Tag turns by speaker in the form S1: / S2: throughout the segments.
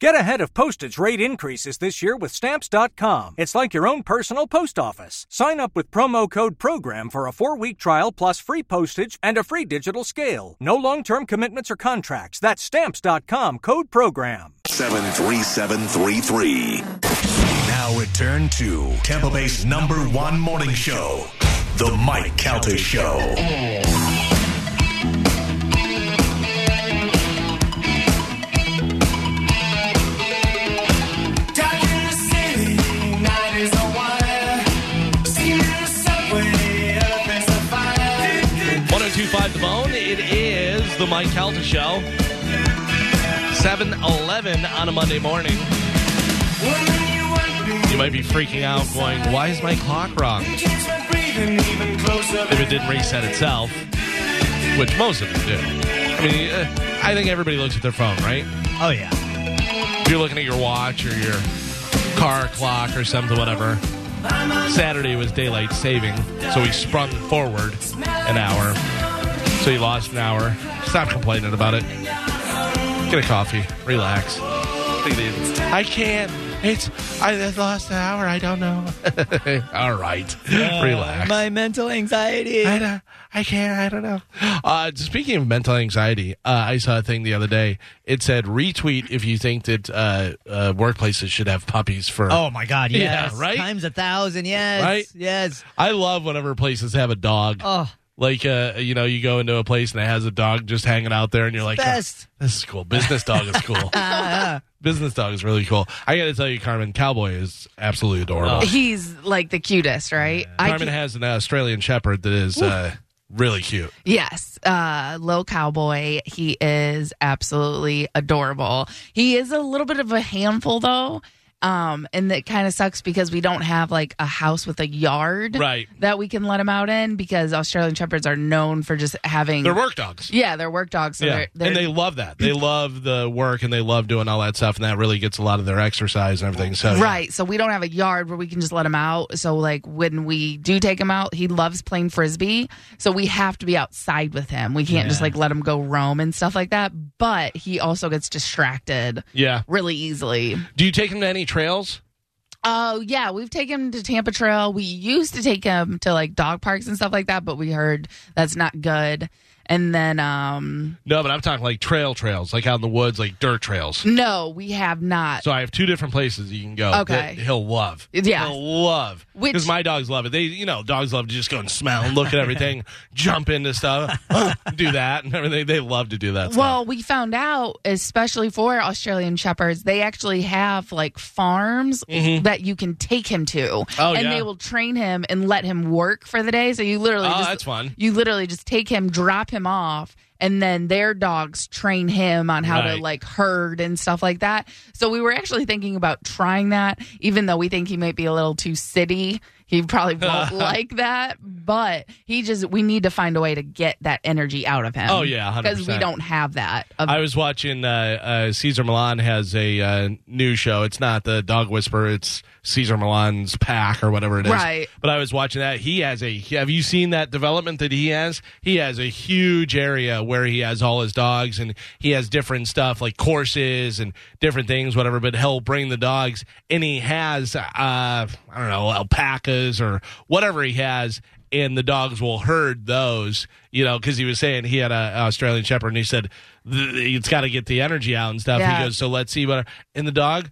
S1: Get ahead of postage rate increases this year with Stamps.com. It's like your own personal post office. Sign up with promo code PROGRAM for a four week trial plus free postage and a free digital scale. No long term commitments or contracts. That's Stamps.com code PROGRAM.
S2: 73733. Now return to Tampa Bay's number one morning show, The Mike Calter Show.
S3: One zero two five the bone. It is the Mike Calta show. Seven eleven on a Monday morning. You might be freaking out, going, "Why is my clock wrong?" If it didn't reset itself, which most of them do. I mean, uh, I think everybody looks at their phone, right?
S4: Oh yeah.
S3: If you're looking at your watch or your car clock or something, whatever. Saturday was daylight saving, so we sprung forward an hour. So you lost an hour. Stop complaining about it. Get a coffee. Relax. Take it easy. I can't. It's I lost an hour. I don't know. All right. Relax.
S4: Uh, My mental anxiety.
S3: I, don't, I can't. I don't know. Uh, speaking of mental anxiety, uh, I saw a thing the other day. It said retweet if you think that uh, uh, workplaces should have puppies for.
S4: Oh my God!
S3: Yeah,
S4: Yes,
S3: right?
S4: Times a thousand. Yes,
S3: Right?
S4: Yes.
S3: I love whenever places have a dog.
S4: Oh,
S3: Like uh, you know, you go into a place and it has a dog just hanging out there, and you're like,
S4: best.
S3: "Oh, "This is cool. Business dog is cool. Uh-huh. Business dog is really cool." I got to tell you, Carmen Cowboy is absolutely adorable.
S5: He's like the cutest, right? I
S3: Carmen
S5: can,
S3: has an Australian Shepherd that is uh, really cute.
S5: yes, uh, low cowboy. He is absolutely adorable. He is a little bit of a handful though, um, and that kind of sucks because we don't have like a house with a yard
S3: Right.
S5: that we can let him out in because Australian shepherds are known for just having
S3: They're work dogs.
S5: yeah they're work dogs. So
S3: yeah,
S5: they're, they're,
S3: and they love that. They love the work and they love doing all that stuff, and that really gets a lot of their exercise and everything. So
S5: Right. So we don't have a yard where we can just let him out. So like when we do take him out, he loves playing frisbee. So we have to be outside with him. We can't just
S4: Yeah.
S5: like let him go roam and stuff like that. But he also gets distracted
S3: yeah.
S5: really easily.
S3: Do you take them to any trails?
S5: Oh yeah, we've taken him to Tampa Trail. We used to take him to like dog parks and stuff like that, but we heard that's not good. And then um
S3: No, but I'm talking like trail trails, like out in the woods, like dirt trails.
S5: no, we have not.
S3: So I have two different places you can go.
S5: Okay.
S3: that he'll love.
S5: Yeah.
S3: he'll love
S5: Which-
S3: because my dogs love it. They, you know, dogs love to just go and smell and look at everything, jump into stuff, do that and everything. They love to do that. stuff.
S5: Well, we found out, especially for Australian Shepherds, they actually have like farms that you can take him to,
S3: Mm-hmm. Oh,
S5: and
S3: yeah.
S5: they will train him and let him work for the day. So you literally,
S3: Oh,
S5: just,
S3: that's fun.
S5: You literally just take him, drop him off, and then their dogs train him on how
S3: Right.
S5: to like herd and stuff like that. So we were actually thinking about trying that, even though we think he might be a little too city. He probably won't like that, but he just we need to find a way to get that energy out of him.
S3: Oh, yeah, 100%.
S5: because we don't have that.
S3: I was watching uh, uh, Caesar Milan has a uh, new show. It's not the Dog Whisperer. It's Caesar Milan's Pack or whatever it is.
S5: Right.
S3: But I was watching that. He has a. Have you seen that development that he has? He has a huge area where he has all his dogs and he has different stuff like courses and different things, whatever. But he'll bring the dogs and he has uh, I don't know alpacas or whatever he has. And the dogs will herd those, you know, because he was saying he had an Australian Shepherd, and he said "Th- it's got to get the energy out and stuff. He
S5: Yeah.
S3: goes, so let's see what. And the dog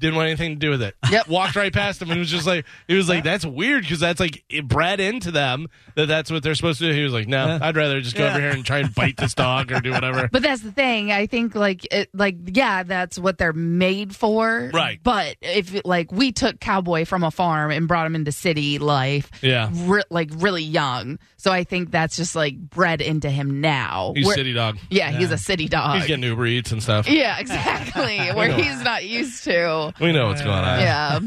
S3: didn't want anything to do with it.
S5: Yep.
S3: Walked right past him and was just like, he was like, that's weird because that's like it bred into them that that's what they're supposed to do. He was like, no, I'd rather just go over here and try and bite this dog or do whatever.
S5: but that's the thing. I think like it, like yeah, that's what they're made for.
S3: Right.
S5: But if like we took Cowboy from a farm and brought him into city life,
S3: Yeah.
S5: re- like really young. So I think that's just like bred into him now.
S3: He's
S5: Where-
S3: city dog.
S5: Yeah, he's a city dog.
S3: He's getting Uber Eats and stuff.
S5: yeah, exactly. Where he's not used to.
S3: We know what's going on.
S5: Yeah,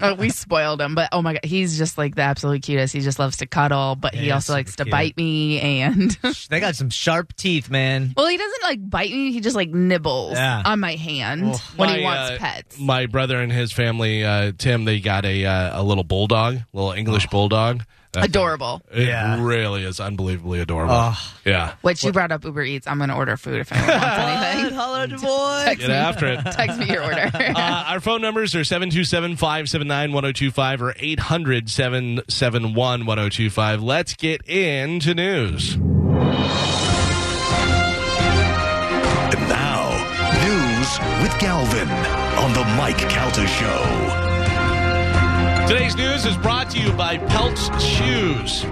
S5: Uh, we spoiled him, but oh my god, he's just like the absolute cutest. He just loves to cuddle, but he
S4: Yeah,
S5: also likes to
S4: super cute.
S5: bite me and
S4: They got some sharp teeth, man.
S5: Well, he doesn't like bite me. He just like nibbles
S4: Yeah.
S5: on my hand
S4: Well,
S5: when
S3: My,
S5: he wants
S3: uh,
S5: pets.
S3: My brother and his family, uh, Tim, they got a uh, a little bulldog, little English bulldog.
S5: Oh. Adorable.
S3: It
S4: Yeah.
S3: really is unbelievably adorable.
S4: Ugh.
S3: Yeah.
S5: Which you brought up Uber Eats. I'm going to order food if anyone wants anything.
S4: Holler at your boy.
S5: Text
S3: Get
S5: me.
S3: after it.
S5: Text me your order.
S3: Uh, our phone numbers are 727-579-1025 or 800-771-1025. Let's get into news.
S2: And now, news with Galvin on the Mike Calter Show.
S3: Today's news is brought to you by Pelt's Shoes.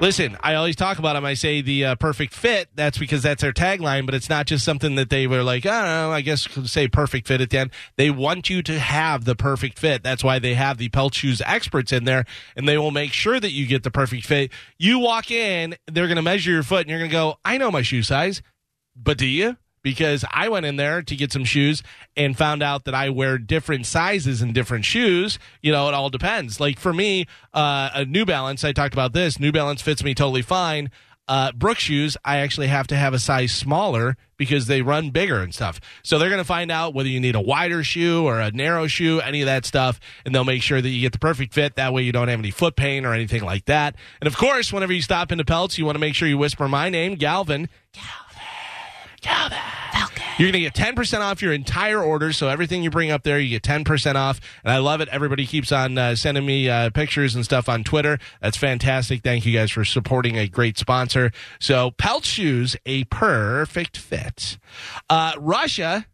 S3: Listen, I always talk about them. I say the uh, perfect fit. That's because that's their tagline, but it's not just something that they were like, I don't know, I guess could say perfect fit at the end. They want you to have the perfect fit. That's why they have the Pelt Shoes experts in there, and they will make sure that you get the perfect fit. You walk in, they're going to measure your foot, and you're going to go, I know my shoe size. But do you? Because I went in there to get some shoes and found out that I wear different sizes in different shoes. You know, it all depends. Like for me, uh, a New Balance, I talked about this, New Balance fits me totally fine. Uh, Brook shoes, I actually have to have a size smaller because they run bigger and stuff. So they're going to find out whether you need a wider shoe or a narrow shoe, any of that stuff, and they'll make sure that you get the perfect fit. That way you don't have any foot pain or anything like that. And of course, whenever you stop into Pelts, you want to make sure you whisper my name, Galvin. You're going to get 10% off your entire order. So everything you bring up there, you get 10% off. And I love it. Everybody keeps on uh, sending me uh, pictures and stuff on Twitter. That's fantastic. Thank you guys for supporting a great sponsor. So Pelt Shoes, a perfect fit. Uh, Russia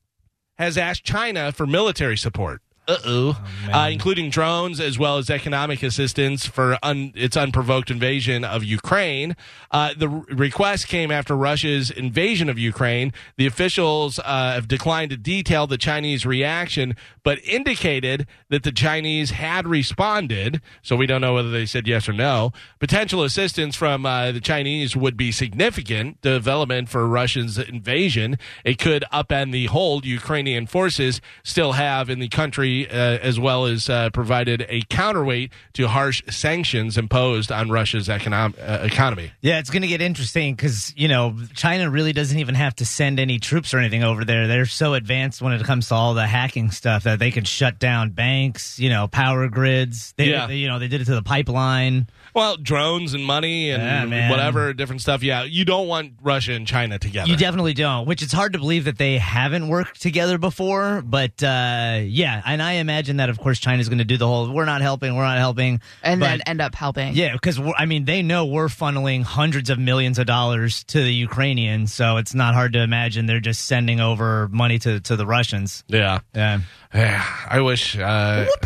S3: has asked China for military support. Uh-oh. uh, including drones as well as economic assistance for un- its unprovoked invasion of Ukraine. Uh, the re- request came after Russia's invasion of Ukraine. The officials uh, have declined to detail the Chinese reaction, but indicated that the Chinese had responded. So we don't know whether they said yes or no. Potential assistance from uh, the Chinese would be significant development for Russia's invasion. It could upend the hold Ukrainian forces still have in the country, uh, as well as uh, provided a counterweight to harsh sanctions imposed on Russia's econom- uh, economy.
S4: Yeah, it's going to get interesting because, you know, China really doesn't even have to send any troops or anything over there. They're so advanced when it comes to all the hacking stuff that they can shut down banks, you know, power grids. They,
S3: Yeah.
S4: they- you know, they did it to the pipeline.
S3: Well, drones and money
S4: Yeah,
S3: and
S4: man.
S3: whatever different stuff. Yeah, you don't want Russia and China together.
S4: You definitely don't, which it's hard to believe that they haven't worked together before. But uh, yeah, and I imagine that, of course, China's going to do the whole we're not helping, we're not helping.
S5: and
S4: but-
S5: then end up helping.
S4: Yeah, because I mean, they know we're funneling hundreds of millions of dollars to the Ukrainians, so it's not hard to imagine they're just sending over money to, to the Russians.
S3: yeah.
S4: Yeah.
S3: Yeah, I wish. Uh,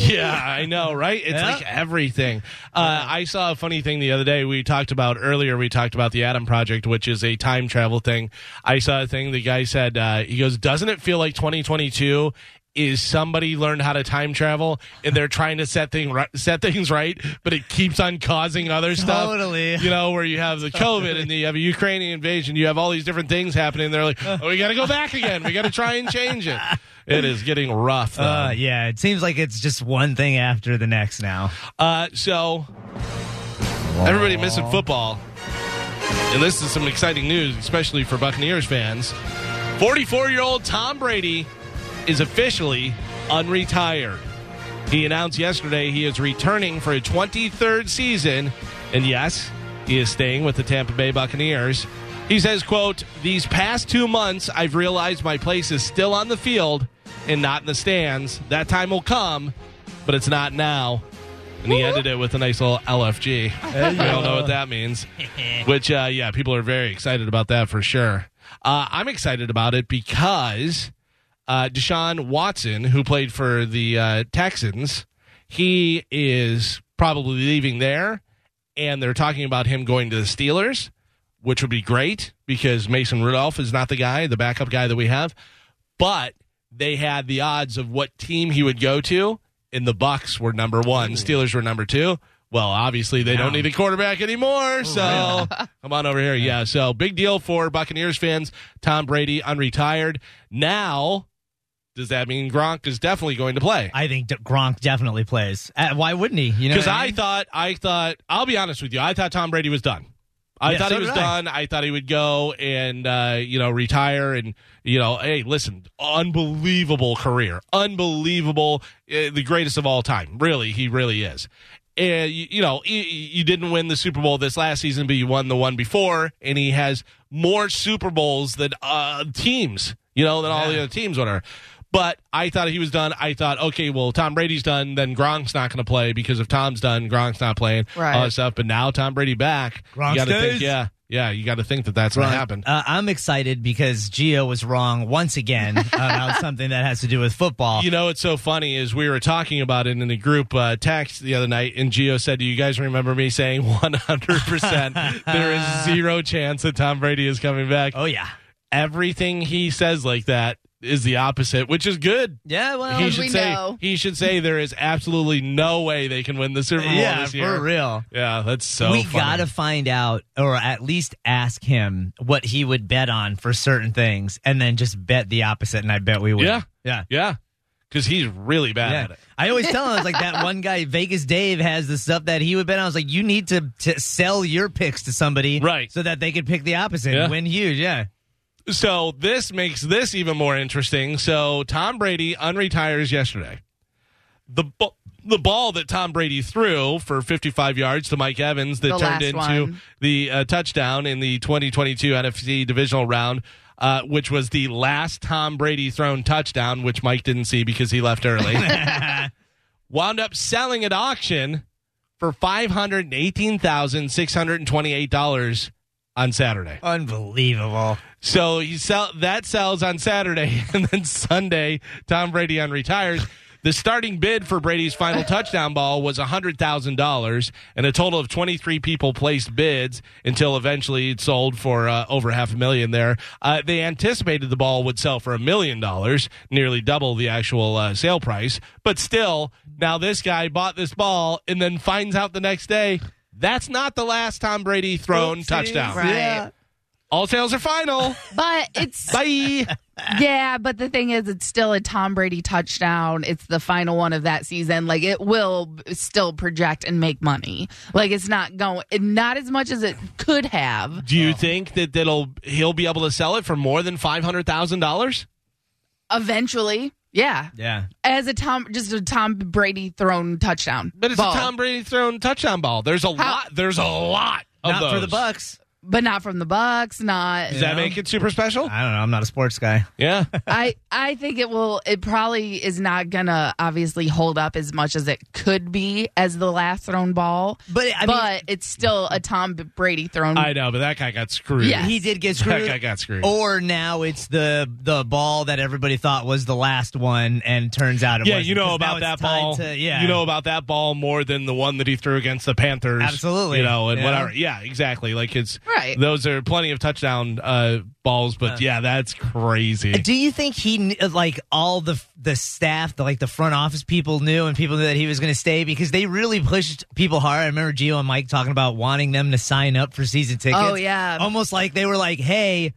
S3: Yeah, I know, right? It's
S4: Yeah.
S3: like everything. Uh, I saw a funny thing the other day. We talked about earlier. We talked about the Atom Project, which is a time travel thing. I saw a thing. The guy said, uh, "He goes, doesn't it feel like 2022?" Is somebody learned how to time travel and they're trying to set thing ri- set things right, but it keeps on causing other stuff.
S4: Totally.
S3: you know, where you have the COVID and the, you have a Ukrainian invasion, you have all these different things happening. They're like, oh, we got to go back again. We got to try and change it. It is getting rough. Though.
S4: Uh, yeah, it seems like it's just one thing after the next now.
S3: Uh, so everybody missing football, and this is some exciting news, especially for Buccaneers fans. Forty-four-year-old Tom Brady is officially unretired. He announced yesterday he is returning for a 23rd season, and yes, he is staying with the Tampa Bay Buccaneers. He says, quote, These past two months, I've realized my place is still on the field and not in the stands. That time will come, but it's not now. And he ended it with a nice little LFG. We all know what that means. Which, uh, yeah, people are very excited about that for sure. Uh, I'm excited about it because uh, Deshaun Watson, who played for the uh, Texans, he is probably leaving there, and they're talking about him going to the Steelers, which would be great because Mason Rudolph is not the guy, the backup guy that we have. But they had the odds of what team he would go to, and the Bucks were number one, Steelers were number two. Well, obviously they don't need a quarterback
S4: Oh,
S3: anymore, so come on over here. Yeah, so big deal for Buccaneers fans. Tom Brady unretired. Now, does that mean Gronk is definitely going to play?
S4: I think D- Gronk definitely plays. Uh, why wouldn't he? You know,
S3: Because
S4: what
S3: I
S4: mean?
S3: thought, I thought, I'll be honest with you, I thought Tom Brady was done. I
S4: Yeah,
S3: thought
S4: so
S3: he was
S4: did I.
S3: done. I thought he would go and uh, you know retire and you know, hey, listen, unbelievable career, unbelievable, uh, the greatest of all time. Really, he really is. and you, you know you, you didn't win the Super Bowl this last season, but you won the one before, and he has more Super Bowls than uh, teams, you know, than all the other teams, whatever. But I thought he was done. I thought, okay, well, Tom Brady's done. Then Gronk's not going to play because if Tom's done, Gronk's not playing. All
S4: Oh,
S5: Right.
S3: this stuff. But now Tom Brady back.
S4: Gronk
S3: you gotta
S4: stays?
S3: think, yeah, yeah, you got to think that that's going to happen.
S4: Uh, I'm excited because Gio was wrong once again about something that has to do with football.
S3: You know, it's so funny is we were talking about it in the group uh, text the other night, and Gio said, "Do you guys remember me saying 100 percent there is zero chance that Tom Brady is coming back?"
S4: oh yeah,
S3: Everything he says like that is the opposite, which is good.
S4: yeah. Well,
S3: he
S5: as
S3: should
S5: we
S3: say
S5: know.
S3: he should say there is absolutely no way they can win the Super Bowl
S4: yeah,
S3: this year.
S4: for real.
S3: Yeah, that's so.
S4: we
S3: funny.
S4: gotta find out, or at least ask him what he would bet on for certain things, and then just bet the opposite. And I bet we would.
S3: Yeah.
S4: yeah.
S3: yeah, because he's really bad
S4: Yeah.
S3: at it.
S4: I always tell him, I was like, that one guy, Vegas Dave, has the stuff that he would bet. on. I was like, you need to, to sell your picks to somebody
S3: Right.
S4: so that they could pick the opposite
S3: Yeah.
S4: and win huge. Yeah.
S3: So this makes this even more interesting. So Tom Brady unretires yesterday. The bu- the ball that Tom Brady threw for 55 yards to Mike Evans that
S5: The
S3: turned
S5: last
S3: into
S5: one.
S3: the uh, touchdown in the 2022 NFC divisional round. Uh, which was the last Tom Brady thrown touchdown, which Mike didn't see because he left early. wound up selling at auction for five hundred eighteen thousand six hundred twenty-eight dollars on Saturday.
S4: Unbelievable.
S3: So he sell that sells on Saturday, and then Sunday, Tom Brady unretires. The starting bid for Brady's final touchdown ball was hundred thousand dollars, and a total of twenty three people placed bids until eventually it sold for uh, over half a million. There, uh, they anticipated the ball would sell for a million dollars, nearly double the actual uh, sale price. But still, now this guy bought this ball and then finds out the next day that's not the last Tom Brady thrown touchdown.
S5: Right.
S3: All sales are final.
S5: But it's
S3: Bye.
S5: yeah, but the thing is, it's still a Tom Brady touchdown. It's the final one of that season. Like it will b- still project and make money. Like it's not going, not as much as it could have.
S3: Do
S4: Oh.
S3: you think that that'll he'll be able to sell it for more than five hundred thousand dollars?
S5: Eventually, yeah,
S4: Yeah.
S5: as a Tom, just a Tom Brady thrown touchdown.
S3: But it's
S5: ball.
S3: a Tom Brady thrown touchdown ball. There's a
S5: How-
S3: lot. There's a lot of
S4: Not
S3: those.
S4: for the Bucks.
S5: but not from the Bucks. Not
S3: Does that
S4: know? Uh,
S3: make it super special?
S4: I don't know. I'm not a sports guy.
S3: Yeah.
S5: I I think it will. It probably is not gonna obviously hold up as much as it could be as the last thrown ball.
S4: But, I mean-
S5: but it's still a Tom Brady thrown.
S3: I know, but that guy got screwed.
S5: Yeah.
S4: He did get
S3: That
S4: screwed.
S3: guy got screwed.
S4: Or now it's the the ball that everybody thought was the last one, and turns out it
S3: yeah,
S4: wasn't,
S3: you know
S4: 'cause
S3: about
S4: now it's
S3: that
S4: tied
S3: ball.
S4: to- yeah,
S3: You know about that ball more than the one that he threw against the Panthers.
S4: Absolutely.
S3: You know, and
S4: Yeah.
S3: whatever. Yeah, exactly. Like it's
S5: Right.
S3: Those are plenty of touchdown uh, balls, but yeah, that's crazy.
S4: Uh, Do you think he kn- uh, like all the the staff, the, like the front office people knew and people knew that he was going to stay because they really pushed people hard. I remember Gio and Mike talking about wanting them to sign up for season tickets.
S5: Oh, yeah.
S4: almost like they were like, "Hey,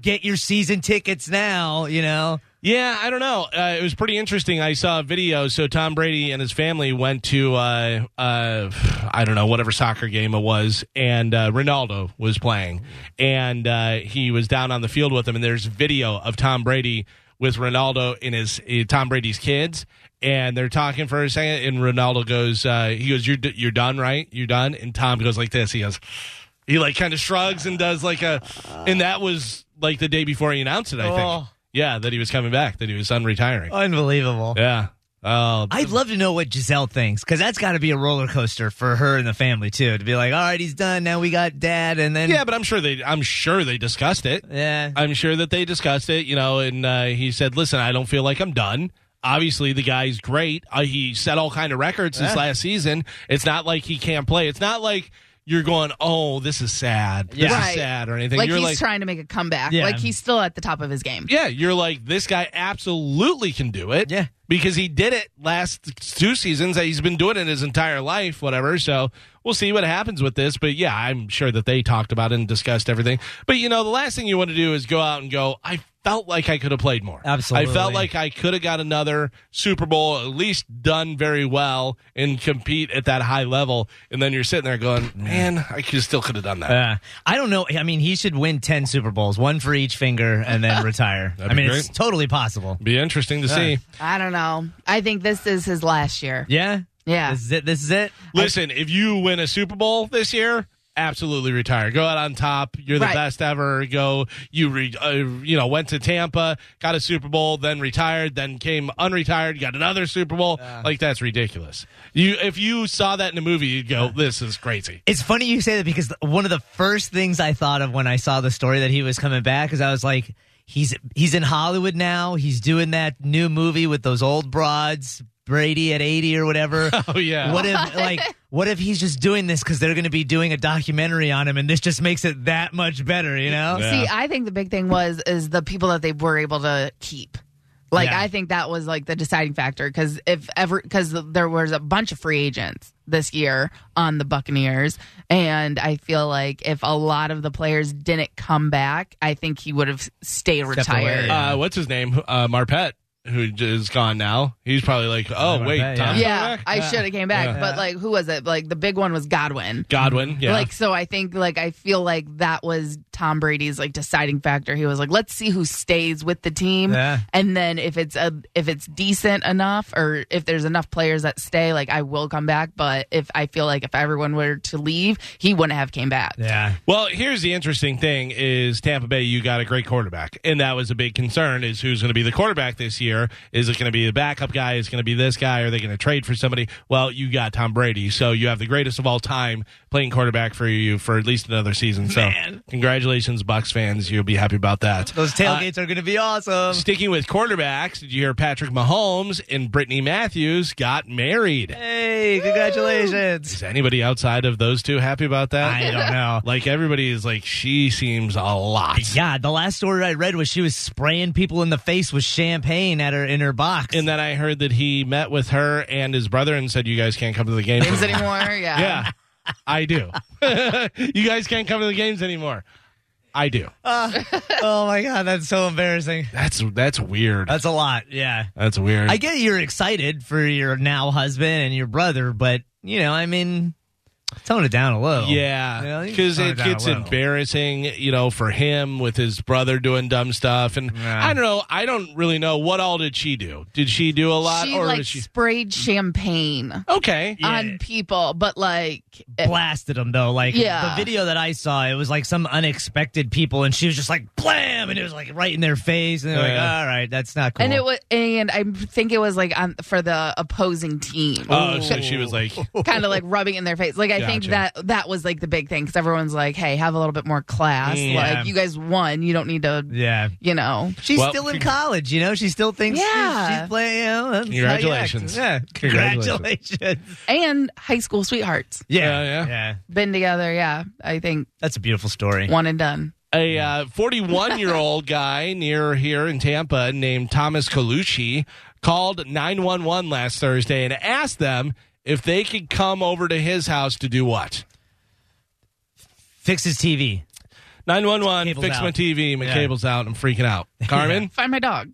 S4: get your season tickets now," you know.
S3: Yeah, I don't know. Uh, it was pretty interesting. I saw a video. So Tom Brady and his family went to uh, uh, I don't know whatever soccer game it was, and uh, Ronaldo was playing, and uh, he was down on the field with him. And there's video of Tom Brady with Ronaldo and his uh, Tom Brady's kids, and they're talking for a second. And Ronaldo goes, uh, he goes, "You're d- you're done, right? You're done." And Tom goes like this. He goes. He like kind of shrugs and does like a, and that was like the day before he announced it. I think.
S4: Oh.
S3: Yeah, that he was coming back, that he was unretiring.
S4: Unbelievable.
S3: Yeah. Oh,
S4: I'd love to know what Giselle thinks because that's got to be a roller coaster for her and the family too. To be like, all right, he's done. Now we got dad, and then
S3: yeah, but I'm sure they. I'm sure they discussed it.
S4: yeah.
S3: I'm sure that they discussed it. You know, and uh, he said, "Listen, I don't feel like I'm done." Obviously, the guy's great. Uh, he set all kind of records this last season. It's not like he can't play. It's not like you're going, "Oh, this is sad. This
S5: Right.
S3: is sad," or anything.
S5: like
S3: you're
S5: he's
S3: like,
S5: trying to make a comeback.
S4: Yeah.
S5: Like he's still at the top of his game.
S3: Yeah, you're like this guy absolutely can do it.
S4: Yeah.
S3: because he did it last two seasons. that He's been doing it his entire life, whatever. So we'll see what happens with this. But yeah, I'm sure that they talked about it and discussed everything. But you know, the last thing you want to do is go out and go. I felt like I could have played more.
S4: Absolutely.
S3: I felt like I could have got another Super Bowl, at least done very well and compete at that high level. And then you're sitting there going, man, I could still could have done that.
S4: Uh, I don't know. I mean, he should win 10 Super Bowls, one for each finger, and then retire. I
S3: be
S4: mean, it's
S3: great.
S4: totally possible.
S3: Be interesting to see.
S5: I don't know. I think this is his last year.
S4: Yeah?
S5: Yeah.
S4: This is it. This is it.
S3: Listen, if you win a Super Bowl this year, absolutely retire. Go out on top. You're the
S5: Right.
S3: best ever. Go. You re, uh, you know went to Tampa, got a Super Bowl, then retired, then came unretired, got another Super Bowl. like that's ridiculous. You if you saw that in a movie, you'd go, "This is crazy."
S4: It's funny you say that because one of the first things I thought of when I saw the story that he was coming back is I was like, he's he's in Hollywood now. He's doing that new movie with those old broads, Brady at eighty or whatever.
S3: Oh yeah.
S4: What if like what if he's just doing this because they're going to be doing a documentary on him, and this just makes it that much better, you know?
S3: Yeah.
S5: See, I think the big thing was is the people that they were able to keep. Like
S4: Yeah.
S5: I think that was like the deciding factor because if ever because there was a bunch of free agents this year on the Buccaneers, and I feel like if a lot of the players didn't come back, I think he would have stayed retired.
S4: away.
S3: Uh, what's his name? Uh, Marpet, who is gone now. He's probably like, "Oh
S4: Marpet,
S3: wait,
S4: yeah.
S3: Tom's
S5: yeah,
S3: back?
S5: I should have came back, but like who was it? Like the big one was Godwin.
S3: Godwin." Yeah.
S5: Like so I think like I feel like that was Tom Brady's like deciding factor. He was like, let's see who stays with the team.
S4: Yeah.
S5: And then if it's a if it's decent enough or if there's enough players that stay, like I will come back. But if I feel like if everyone were to leave, he wouldn't have came back.
S4: Yeah.
S3: Well, here's the interesting thing is Tampa Bay, you got a great quarterback. And that was a big concern is who's going to be the quarterback this year? Is it going to be the backup guy? Is it going to be this guy? Are they going to trade for somebody? Well, you got Tom Brady. So you have the greatest of all time playing quarterback for you for at least another season. So congratulations, Bucks fans. You'll be happy about that.
S4: Those tailgates are going to be awesome.
S3: Sticking with quarterbacks, did you hear Patrick Mahomes and Brittany Matthews got married?
S4: Hey, congratulations.
S3: Is anybody outside of those two happy about that?
S4: I don't know.
S3: Like everybody is like, she seems a lot.
S4: Yeah, the last story I read was she was spraying people in the face with champagne at her in her box.
S3: And then I heard that he met with her and his brother and said, "You guys can't come to the games."
S5: Games
S3: anymore."
S5: anymore? Yeah.
S3: yeah, I do. you guys can't come to the games anymore. I do.
S4: oh my god, that's so embarrassing.
S3: That's that's weird.
S4: That's a lot. Yeah.
S3: That's weird.
S4: I get you're excited for your now husband and your brother, but you know, I mean, tone it down a little.
S3: yeah,
S4: You know,
S3: because
S4: tone
S3: it
S4: down a
S3: gets
S4: little.
S3: embarrassing, you know, for him with his brother doing dumb stuff, and
S4: Yeah.
S3: I don't know. I don't really know what all did she do. Did she do a lot,
S5: She
S3: or
S5: like
S3: was she
S5: sprayed champagne
S3: okay?
S5: on people, but like
S4: Blasted him though. Like
S5: Eh. Yeah.
S4: the video that I saw, it was like some unexpected people, and she was just like blam, and it was like right in their face, and they're like,
S3: Yeah.
S4: all right, that's not cool.
S5: And it was, and I think it was like on for the opposing team.
S3: Oh, so she was like,
S5: kind of like rubbing it in their face. Like I think
S3: Gotcha.
S5: that that was like the big thing because everyone's like, "Hey, have a little bit more class.
S4: Yeah.
S5: Like you guys won. You don't need to,
S4: yeah.
S5: you know."
S4: She's
S3: Well,
S4: still in college, you know. She still thinks
S5: Yeah.
S4: she's, she's playing. You know, that's how you act.
S3: Congratulations.
S4: Yeah, congratulations.
S5: And high school sweethearts
S3: Yeah, yeah.
S4: yeah.
S5: been together. Yeah, I think
S4: That's a beautiful story.
S5: one and done.
S3: A 41 year old guy near here in Tampa named Thomas Colucci called 911 last Thursday and asked them if they could come over to his house to do what?
S4: Fix his TV.
S3: 911,
S4: Cable's
S3: fix my
S4: out.
S3: TV, my
S4: Yeah.
S3: cable's out, I'm freaking out. Carmen?
S5: Find my dog.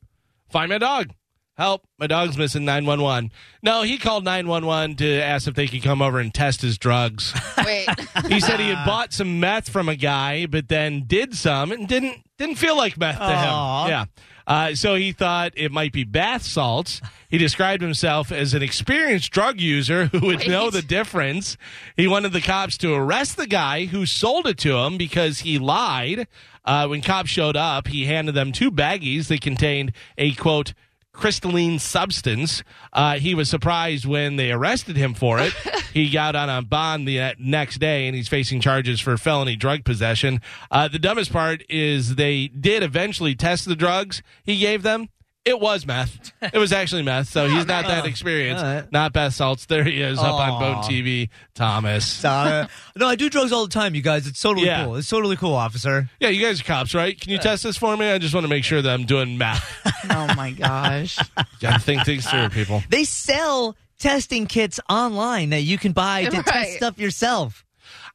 S3: find my dog. Help, my dog's missing 911. No, he called 911 to ask if they could come over and test his drugs.
S5: Wait,
S3: He said he had bought some meth from a guy, but then did some and didn't didn't feel like meth to
S4: Aw.
S3: him. Yeah. Uh, so he thought it might be bath salts. He described himself as an experienced drug user who would know the difference. He wanted the cops to arrest the guy who sold it to him because he lied. Uh, when cops showed up, he handed them two baggies that contained a quote crystalline substance. Uh, he was surprised when they arrested him for it. he got on a bond the next day and he's facing charges for felony drug possession. Uh, the dumbest part is they did eventually test the drugs he gave them. It was meth. It was actually meth. So he's not that experienced.
S4: Oh, All right.
S3: Not Beth Salts. There he is up on Bone
S4: Aw.
S3: TV, Thomas.
S4: Uh, no, I do drugs all the time, you guys. It's totally
S3: Yeah.
S4: cool. It's totally cool, officer.
S3: Yeah, you guys are cops, right? Can you test this for me? I just want to make sure that I'm doing math.
S5: oh my gosh.
S3: Gotta think things through, people.
S4: They sell testing kits online that you can buy to test
S5: Right.
S4: stuff yourself.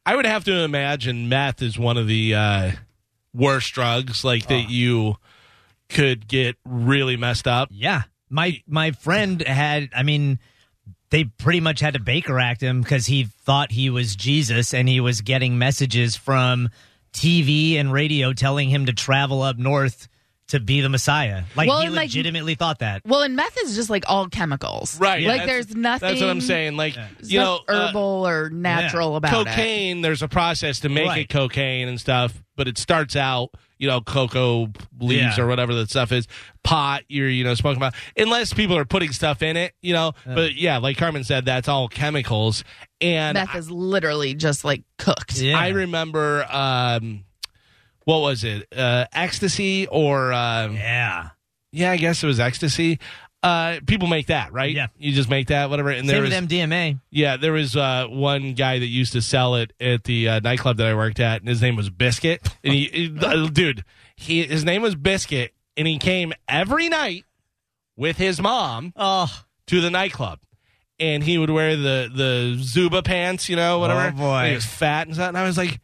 S3: I would have to imagine meth is one of the uh, worst drugs, like that you could get really messed up.
S4: Yeah. My my friend had I mean they pretty much had to Baker act him because he thought he was Jesus and he was getting messages from TV and radio telling him to travel up north to be the Messiah. Like
S5: Well,
S4: he
S5: and, like,
S4: legitimately thought that.
S5: Well, and meth is just like all chemicals.
S3: Right.
S5: Like
S3: that's-
S5: there's nothing.
S3: That's what I'm saying. Like,
S5: there's
S3: you know,
S5: nothing
S3: uh,
S5: herbal or natural about it.
S3: cocaine, there's a process to make
S4: Right.
S3: it cocaine and stuff, but it starts out, you know, cocoa leaves
S4: Yeah.
S3: or whatever that stuff is. Pot, you're, you know, smoking about. Unless people are putting stuff in it, you know. But yeah, like Carmen said, that's all chemicals. And
S5: Meth is literally just like cooked.
S4: Yeah.
S3: I remember, um, what was it? Uh, ecstasy or, um, yeah.
S4: Yeah.
S3: I guess it was ecstasy. Uh, people make that, right?
S4: Yeah.
S3: You just make that, whatever. And
S4: Same
S3: there
S4: with
S3: was
S4: MDMA.
S3: yeah, there was uh, one guy that used to sell it at the uh, nightclub that I worked at, and his name was Biscuit. And he, he- uh, dude, he his name was Biscuit, and he came every night with his mom
S4: Oh,
S3: to the nightclub, and he would wear the the Zuba pants, you know, whatever.
S4: Oh, boy.
S3: And he was fat and stuff. And I was like,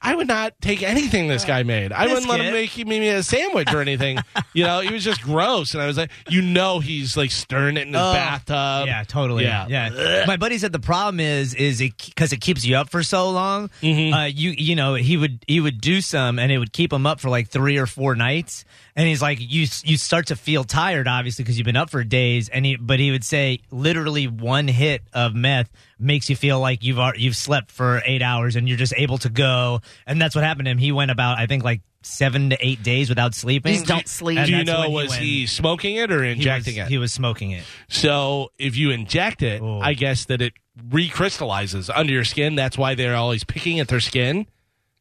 S3: I would not take anything this guy made. I wouldn't let him make
S4: Biscuit.
S3: me a sandwich or anything. you know, he was just gross, and I was like, you know, he's like stirring it in his
S4: Oh.
S3: bathtub.
S4: yeah, totally.
S3: Um, yeah.
S4: Yeah, My buddy said the problem is is it because it keeps you up for so long.
S3: Mm-hmm.
S4: Uh, you you know he would he would do some and it would keep him up for like three or four nights. And he's like you you start to feel tired obviously because you've been up for days. And he but he would say literally one hit of meth makes you feel like you've al- you've slept for eight hours and you're just able to go. And that's what happened to him. He went about I think like seven to eight days without sleeping.
S5: Just don't sleep.
S4: And
S3: Do you
S4: that's
S3: know
S4: when he
S3: was
S4: went-
S3: he smoking it or
S4: He was,
S3: injecting it?
S4: he was smoking it.
S3: So if you inject it,
S4: Oh.
S3: I guess that it recrystallizes under your skin. That's why they're always picking at their skin.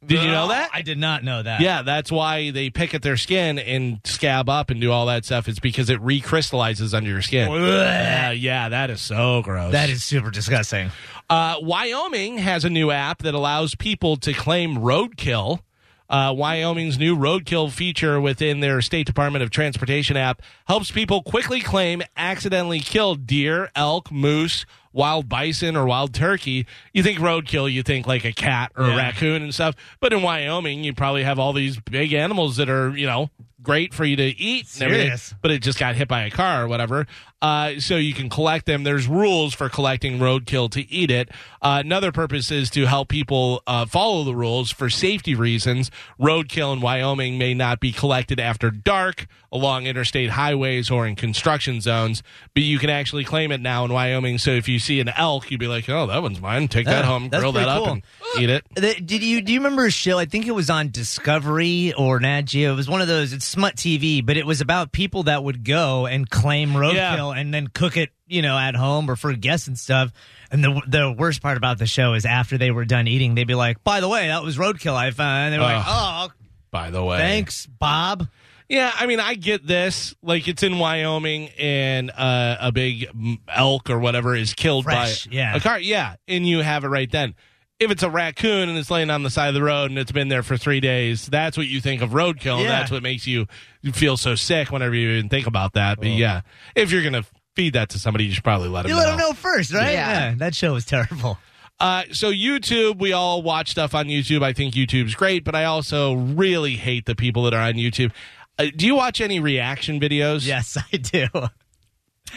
S3: Did you know that?
S4: I did not know that.
S3: yeah, that's why they pick at their skin and scab up and do all that stuff. It's because it recrystallizes under your skin. Yeah, yeah, that is so gross.
S4: That is super disgusting.
S3: Uh, Wyoming has a new app that allows people to claim roadkill. Uh, Wyoming's new roadkill feature within their State Department of Transportation app helps people quickly claim accidentally killed deer, elk, moose, wild bison, or wild turkey. You think roadkill, you think like a cat or a
S4: Yeah.
S3: raccoon and stuff. But in Wyoming, you probably have all these big animals that are, you know, great for you to eat and everything,
S4: Serious.
S3: but it just got hit by a car or whatever. Uh, so you can collect them. There's rules for collecting roadkill to eat it. Uh, another purpose is to help people uh, follow the rules for safety reasons. Roadkill in Wyoming may not be collected after dark along interstate highways or in construction zones, but you can actually claim it now in Wyoming. So if you see an elk, you'd be like, oh, that one's mine. Take that
S4: Yeah,
S3: home,
S4: that's
S3: grill that
S4: pretty
S3: up,
S4: cool.
S3: and eat it.
S4: The- Did you do you remember a show? I think it was on Discovery or Nat Geo. It was one of those. It's smut TV, but it was about people that would go and claim roadkill and then cook it, you know, at home or for guests and stuff. And the the worst part about the show is after they were done eating, they'd be like, "By the way, that was roadkill I found." And they were like, "Oh,
S3: By the way,
S4: thanks, Bob."
S3: Yeah, I mean, I get this. Like, it's in Wyoming, and uh, a big mm, elk or whatever is killed
S4: Fresh,
S3: by
S4: yeah.
S3: a car. Yeah, and you have it right then. If it's a raccoon and it's laying on the side of the road and it's been there for three days, that's what you think of roadkill, and
S4: Yeah.
S3: that's what makes you feel so sick whenever you even think about that. But yeah, if you're gonna feed that to somebody, you should probably let them
S4: You
S3: know.
S4: let them know first, right?
S5: Yeah.
S4: that show was terrible.
S3: Uh, so YouTube, we all watch stuff on YouTube. I think YouTube's great, but I also really hate the people that are on YouTube. Uh, do you watch any reaction videos?
S4: Yes, I do.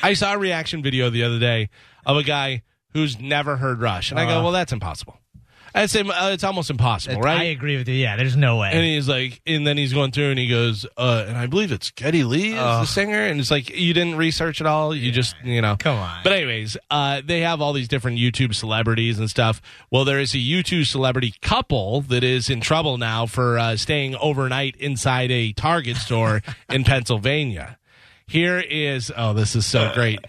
S3: I saw a reaction video the other day of a guy who's never heard Rush, and I go, "Well, that's impossible. That's im- uh, it's almost impossible,
S4: I
S3: right?"
S4: agree with you. Yeah, there's no way.
S3: and he's like, and then he's going through, and he goes, uh, "And I believe it's Geddy Lee is the singer," and it's like you didn't research at all. You just, you know,
S4: Come on.
S3: But anyways, uh, they have all these different YouTube celebrities and stuff. Well, there is a YouTube celebrity couple that is in trouble now for uh, staying overnight inside a Target store in Pennsylvania. Here is oh, this is so great.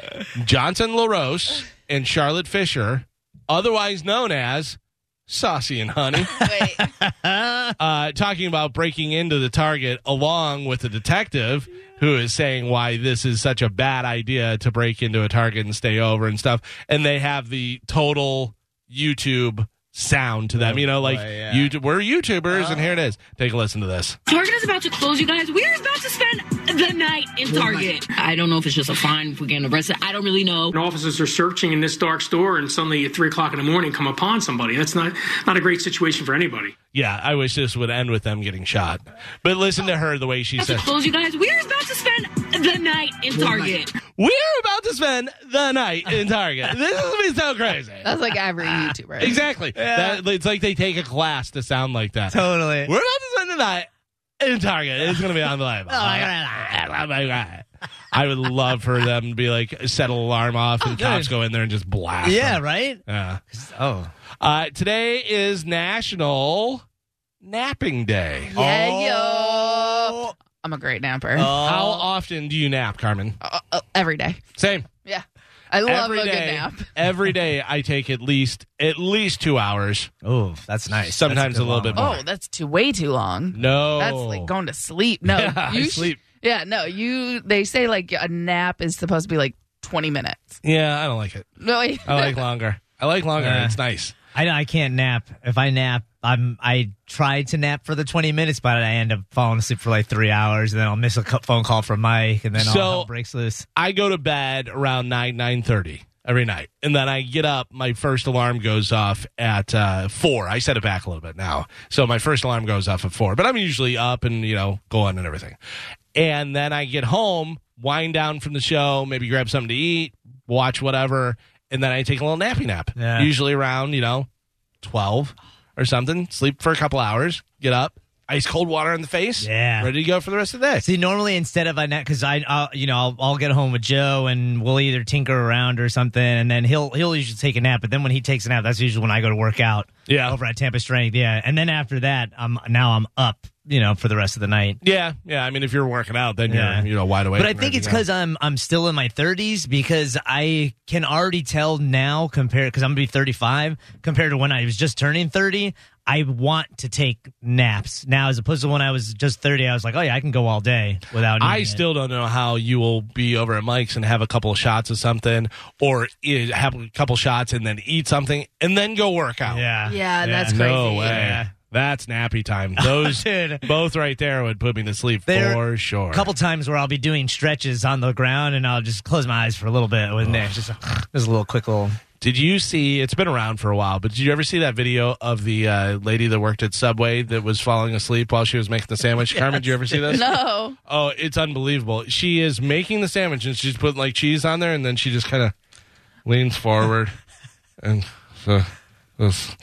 S3: Johnson LaRose and Charlotte Fisher, otherwise known as Saucy and Honey,
S5: Wait.
S3: uh, talking about breaking into the Target along with the detective who is saying why this is such a bad idea to break into a Target and stay over and stuff. And they have the total YouTube sound to them. You know, like YouTube, we're YouTubers, and here it is. Take a listen to this.
S6: Target is about to close, you guys. We're about to spend the night in Target. I don't know if it's just a fine if we're getting arrested. I don't really know.
S7: And officers are searching in this dark store, and suddenly at three o'clock in the morning, come upon somebody. That's not not a great situation for anybody.
S3: Yeah, I wish this would end with them getting shot. But listen to her the way she
S6: About to
S3: says,
S6: close, you guys. We're about to spend the night in Target.
S3: We're about to spend the night in Target. this is going to be so crazy.
S5: That's like every YouTuber.
S3: Exactly. That, it's like they take a class to sound like that.
S4: totally.
S3: We're about to spend the night in Target. It's gonna be on the live.
S4: Oh,
S5: Oh,
S3: I would love for them to be like set an alarm off
S5: Oh,
S3: and cops go in there and just blast.
S4: Yeah,
S3: them.
S4: right?
S3: Yeah.
S4: Oh.
S3: Uh, today is National Napping Day.
S5: Yeah,
S3: Oh.
S4: Oh.
S5: yo. I'm a great napper.
S3: How often do you nap, Carmen?
S5: Uh, uh, every day.
S3: Same.
S5: Yeah. I love
S3: Every
S5: a good
S3: day-
S5: nap.
S3: Every day I take at least at least two hours.
S4: Oh, that's nice.
S3: Sometimes
S4: That's
S3: a little
S4: good
S3: bit
S4: one.
S3: more.
S5: Oh, that's too way too long.
S3: No.
S5: That's like going to sleep. No,
S3: Yeah, I
S5: you sh-
S3: sleep.
S5: Yeah, no, you. They say like a nap is supposed to be like twenty minutes.
S3: Yeah, I don't like it.
S5: No, I-
S3: I like longer. I like longer.
S4: Yeah.
S3: It's nice.
S4: I know I can't nap. If I nap, I'm I try to nap for the 20 minutes, but I end up falling asleep for like three hours, and then I'll miss a co- phone call from Mike, and then all
S3: So-
S4: hell breaks loose.
S3: I go to bed around nine nine thirty every night, and then I get up. My first alarm goes off at uh, four. I set it back a little bit now, so my first alarm goes off at four. But I'm usually up and you know going and everything, and then I get home, wind down from the show, maybe grab something to eat, watch whatever, and then I take a little nappy nap.
S4: Yeah.
S3: Usually around you know twelve or something. Sleep for a couple hours, get up, ice cold water in the face,
S4: Yeah.
S3: ready to go for the rest of the day.
S4: See, normally instead of I nap, because I, I'll, you know, I'll, I'll get home with Joe, and we'll either tinker around or something, and then he'll he'll usually take a nap. But then when he takes a nap, that's usually when I go to work out.
S3: Yeah.
S4: over at Tampa Strength, yeah. And then after that, I'm now I'm up, you know, for the rest of the night.
S3: Yeah, yeah. I mean, if you're working out, then
S4: Yeah.
S3: you're you know wide awake.
S4: But I
S3: and
S4: think it's
S3: everything
S4: because I'm I'm still in my 30s because I can already tell now compared because I'm gonna be 35 compared to when I was just turning 30. I want to take naps now as opposed to when I was just 30. I was like, oh yeah, I can go all day without.
S3: else. I
S4: needing it.
S3: still don't know how you will be over at Mike's and have a couple of shots of something, or i- have a couple shots and then eat something and then go work out.
S4: yeah
S5: yeah, that's crazy.
S3: no way. That's nappy time. Those
S4: Dude.
S3: both right there would put me to sleep
S4: There-
S3: for sure.
S4: A couple times where I'll be doing stretches on the ground and I'll just close my eyes for a little bit with Nick. Just, just a little quick little.
S3: Did you see? It's been around for a while, but did you ever see that video of the uh, lady that worked at Subway that was falling asleep while she was making the sandwich? Carmen, did you ever see this?
S5: No,
S3: Oh, it's unbelievable. She is making the sandwich and she's putting like cheese on there, and then she just kind of leans forward and uh, goes,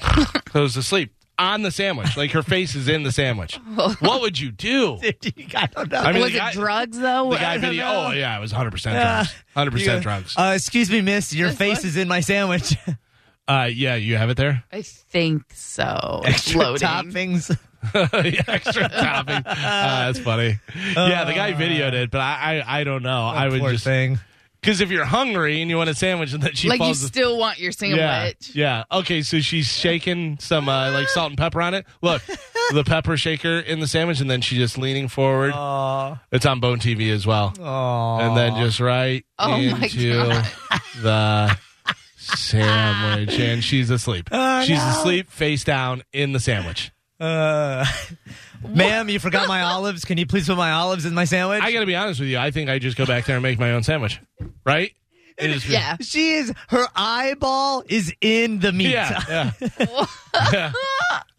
S3: goes to sleep on the sandwich. Like her face is in the sandwich. What would you do?
S4: I don't know.
S3: I mean,
S5: was
S3: the guy,
S5: it drugs though?
S3: The guy video. Oh yeah, it was 100 percent drugs. 100 percent drugs.
S4: Uh, excuse me, miss. Your face is in my sandwich.
S3: Uh, yeah, you have it there.
S5: I think so. It's
S4: Extra
S5: loading.
S4: toppings.
S3: Yeah, extra topping. Uh, that's funny. Yeah, the
S5: Uh.
S3: guy videoed it, but I, I, I don't know. I would
S4: Poor
S3: just
S4: thing.
S3: because if you're hungry and you want a sandwich, and then she
S5: Like you
S3: falls.
S5: still want
S3: Yeah,
S5: your sandwich?
S3: yeah. Okay, so she's shaking some uh, like salt and pepper on it. Look, the pepper shaker in the sandwich, and then she's just leaning forward.
S4: Oh.
S3: It's on Bone TV as well, and then just right
S5: Oh, my
S3: into the sandwich, and she's asleep. she's asleep, face down in the sandwich.
S4: Uh, ma'am, you forgot my olives. Can you please put my olives in my sandwich?
S3: I got to be honest with you. I think I just go back there and make my own sandwich, right? It is-
S5: Yeah.
S4: she is. Her eyeball is in the meat.
S3: yeah, yeah. Yeah.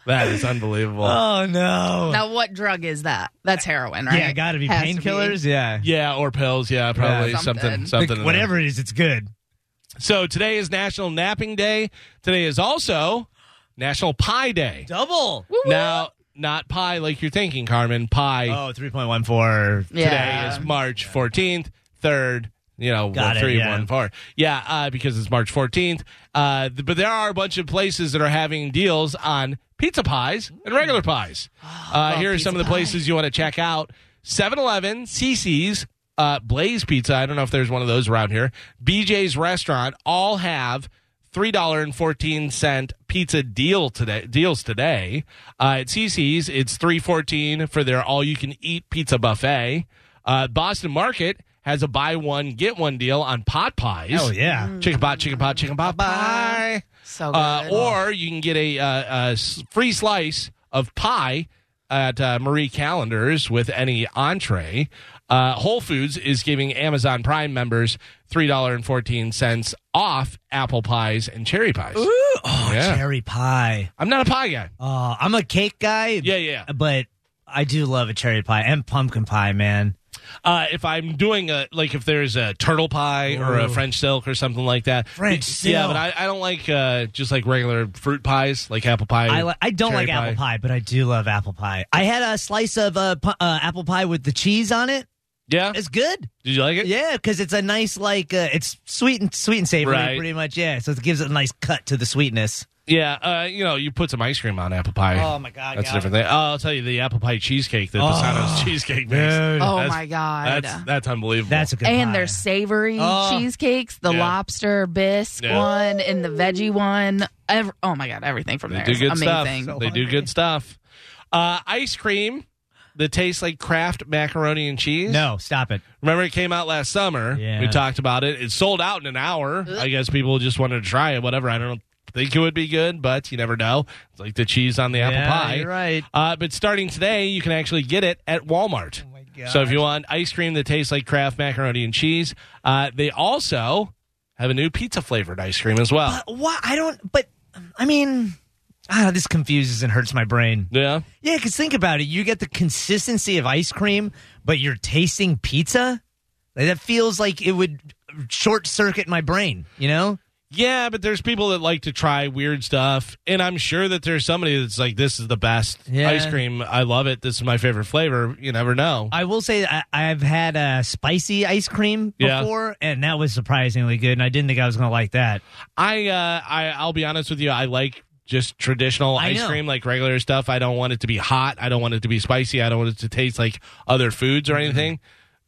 S3: That is unbelievable.
S4: Oh no.
S5: Now what drug is that? That's heroin, right?
S4: yeah, gotta be
S5: Has to
S4: painkillers. Yeah.
S3: yeah, or pills. Yeah, probably
S4: Yeah,
S3: something,
S5: something.
S3: something, in there.
S4: Whatever it is, it's good.
S3: So today is National Napping Day. Today is also National Pie Day.
S4: Double.
S3: Now, not pie like you're thinking, Carmen. Pie
S4: Oh, 3.14.
S3: today
S5: Yeah.
S3: is March 14th, 3rd, you know,
S4: Got it,
S3: three,
S4: yeah.
S3: one, four. Yeah, uh, because it's March 14th. Uh, th- but there are a bunch of places that are having deals on pizza pies and regular pies. Uh, here are some of the places you want to check out 7 Eleven, CC's, uh, Blaze Pizza. I don't know if there's one of those around here. BJ's Restaurant all have. Three dollar and fourteen cent pizza deal today. Deals today uh, at CC's. It's three fourteen for their all you can eat pizza buffet. Uh, Boston Market has a buy one get one deal on pot pies.
S4: Oh, yeah.
S5: Mm.
S3: chicken pot, chicken pot, chicken pot pie.
S5: So good.
S3: Uh, or you can get a, uh, a s- free slice of pie at uh, Marie Callender's with any entree. Uh, Whole Foods is giving Amazon Prime members three dollar and fourteen cents off apple pies and cherry pies.
S4: Oh,
S3: Yeah.
S4: cherry pie.
S3: I'm not a pie guy.
S4: Oh, I'm a cake guy.
S3: Yeah, yeah.
S4: But I do love a cherry pie and pumpkin pie, man.
S3: Uh, if I'm doing a like if there's a turtle pie or a French silk or something like that.
S4: French
S3: Yeah,
S4: silk.
S3: but I, I don't like uh, just like regular fruit pies, like apple pie.
S4: I, li- I don't
S3: cherry
S4: like apple pie, but I do love apple pie. I had a slice of uh, pu- uh, apple pie with the cheese on it.
S3: Yeah,
S4: It's good.
S3: did you like it?
S4: Yeah, because it's a nice like uh, it's sweet and sweet and savory,
S3: Right.
S4: pretty much. Yeah, so it gives it a nice cut to the sweetness.
S3: Yeah, uh, you know, you put some ice cream on apple pie.
S4: Oh, my God,
S3: that's
S4: yeah.
S3: a different thing. Oh, I'll tell you the apple pie cheesecake
S4: Oh.
S3: that Pisano's cheesecake makes.
S5: Oh
S3: That's-
S5: my god.
S3: That's that's unbelievable.
S4: That's a good.
S5: and
S4: pie.
S5: their savory
S4: Oh.
S5: cheesecakes, the
S3: Yeah.
S5: lobster bisque
S3: Yeah.
S5: one and the veggie one. Ev- oh my god, everything from
S3: they
S5: there
S3: do
S5: is
S3: good
S5: amazing.
S3: stuff. they do good stuff. Uh, ice cream that tastes like Kraft macaroni and cheese.
S4: no, stop it.
S3: Remember, it came out last summer.
S4: Yeah.
S3: We talked about it. It sold out in an hour. I guess people just wanted to try it. Whatever. I don't think it would be good, but you never know. It's like the cheese on the apple
S4: Yeah,
S3: pie.
S4: you're right.
S3: Uh, but starting today, you can actually get it at Walmart. so if you want ice cream that tastes like Kraft macaroni and cheese, uh, they also have a new pizza flavored ice cream as well.
S4: But what I don't. But I mean, ah, this confuses and hurts my brain.
S3: yeah.
S4: Yeah, because think about it. You get the consistency of ice cream, but you're tasting pizza. Like, that feels like it would short circuit my brain. You know.
S3: Yeah, but there's people that like to try weird stuff, and I'm sure that there's somebody that's like, "This is the best
S4: Yeah.
S3: ice cream. I love it. This is my favorite flavor." You never know.
S4: I will say that I, I've had uh, spicy ice cream
S3: Yeah.
S4: before, and that was surprisingly good. And I didn't think I was going to like that.
S3: I uh, I I'll be honest with you. I like just traditional
S4: I
S3: ice
S4: know.
S3: cream, like regular stuff. I don't want it to be hot. I don't want it to be spicy. I don't want it to taste like other foods or
S4: Mm-hmm.
S3: anything.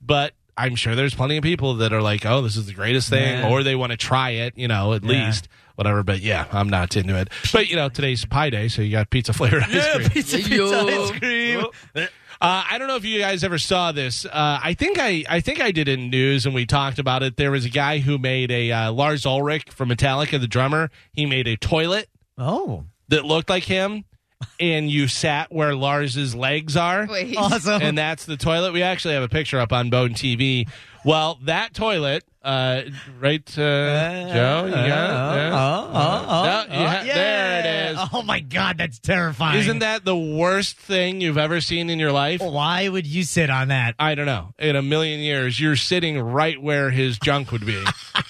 S3: But I'm sure there's plenty of people that are like, "Oh, this is the greatest thing,"
S4: Yeah.
S3: or they want to try it. You know, at
S4: Yeah.
S3: least whatever. But yeah, I'm not into it. But you know, today's pie day, so you got pizza flavored ice cream.
S5: Yo.
S4: cream.
S3: Uh, I don't know if you guys ever saw this. Uh, I think I, I think I did it in news, and we talked about it. There was a guy who made a uh, Lars Ulrich from Metallica, the drummer. He made a toilet
S4: Oh,
S3: that looked like him, and you sat where Lars's legs are,
S5: Wait.
S4: awesome!
S3: and that's the toilet. We actually have a picture up on Bone TV. Well, that toilet, uh, right, uh, Joe?
S4: uh,
S3: You got it? Yeah.
S4: Oh, oh, oh,
S3: No, you
S4: oh,
S3: ha-
S4: yeah.
S3: there it is.
S4: Oh my God, that's terrifying.
S3: Isn't that the worst thing you've ever seen in your life?
S4: Why would you sit on that?
S3: I don't know. In a million years, you're sitting right where his junk would be.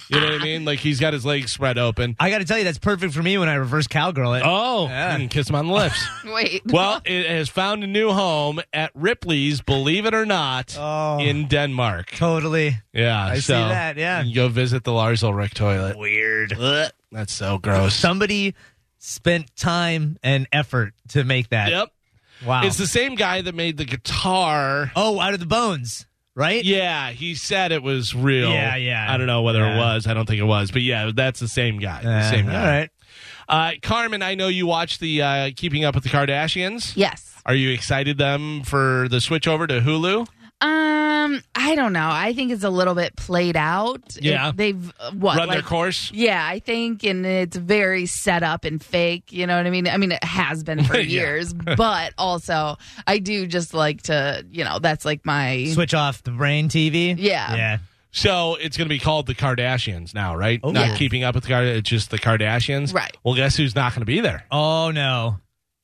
S3: you know what I mean? Like he's got his legs spread open.
S4: I got to tell you, that's perfect for me when I reverse cowgirl it.
S3: Oh,
S4: Yeah.
S3: and kiss him on the lips.
S5: Wait.
S3: well, it has found a new home at Ripley's, believe it or not,
S4: Oh.
S3: in Denmark.
S4: totally.
S3: Yeah,
S4: I see
S3: so
S4: that, yeah.
S3: you go visit the Lars Ulrich toilet.
S4: Weird.
S3: That's so gross.
S4: Somebody spent time and effort to make that.
S3: yep,
S4: Wow.
S3: it's the same guy that made the guitar.
S4: oh, out of the bones, right?
S3: Yeah, he said it was real.
S4: Yeah, yeah.
S3: I don't know whether it
S4: Yeah.
S3: was. I don't think it was. But yeah, that's the same guy.
S4: Uh,
S3: the same guy.
S4: All right.
S3: Uh, Carmen, I know you watch the uh, Keeping Up with the Kardashians.
S5: yes.
S3: Are you excited them for the switch over to Hulu?
S5: Um, I don't know. I think it's a little bit played out. It-
S3: Yeah.
S5: they've uh, what
S3: Run their
S5: like-
S3: course.
S5: Yeah, I think, and it's very set up and fake. You know what I mean? I mean, it has been for
S3: Yeah.
S5: years, but also I do just like to, you know, that's like my
S4: Switch off the brain TV.
S5: Yeah.
S4: Yeah.
S3: So it's going to be called the Kardashians now, right?
S4: Oh,
S3: Not
S5: yeah.
S3: Keeping Up with the Kardashians, it's just the Kardashians.
S5: Right.
S3: Well, guess who's not going to be there?
S4: Oh no.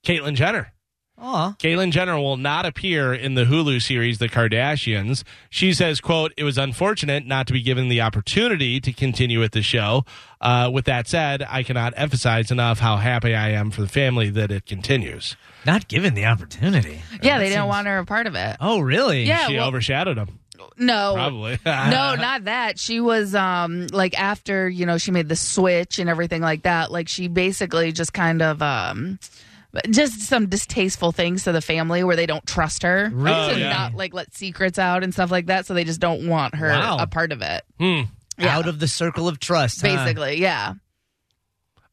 S3: Caitlyn Jenner.
S4: Oh.
S3: Caitlyn Jenner will not appear in the Hulu series The Kardashians. She says, quote, it was unfortunate not to be given the opportunity to continue with the show. Uh, with that said, I cannot emphasize enough how happy I am for the family that it continues.
S4: Not given the opportunity.
S5: yeah. They didn't want her a part of it.
S4: Oh really?
S5: Yeah,
S3: she
S5: well-
S3: overshadowed him,
S5: No,
S3: probably.
S4: Uh-huh.
S5: no, not that. She was um like after, you know, she made the switch and everything like that, like she basically just kind of um just some distasteful things to the family where they don't trust her.
S4: Really? Oh,
S5: To
S3: yeah.
S5: not like let secrets out and stuff like that, so they just don't want her
S4: Wow.
S5: a part of it.
S4: Out of the circle of trust. huh?
S5: Basically, yeah.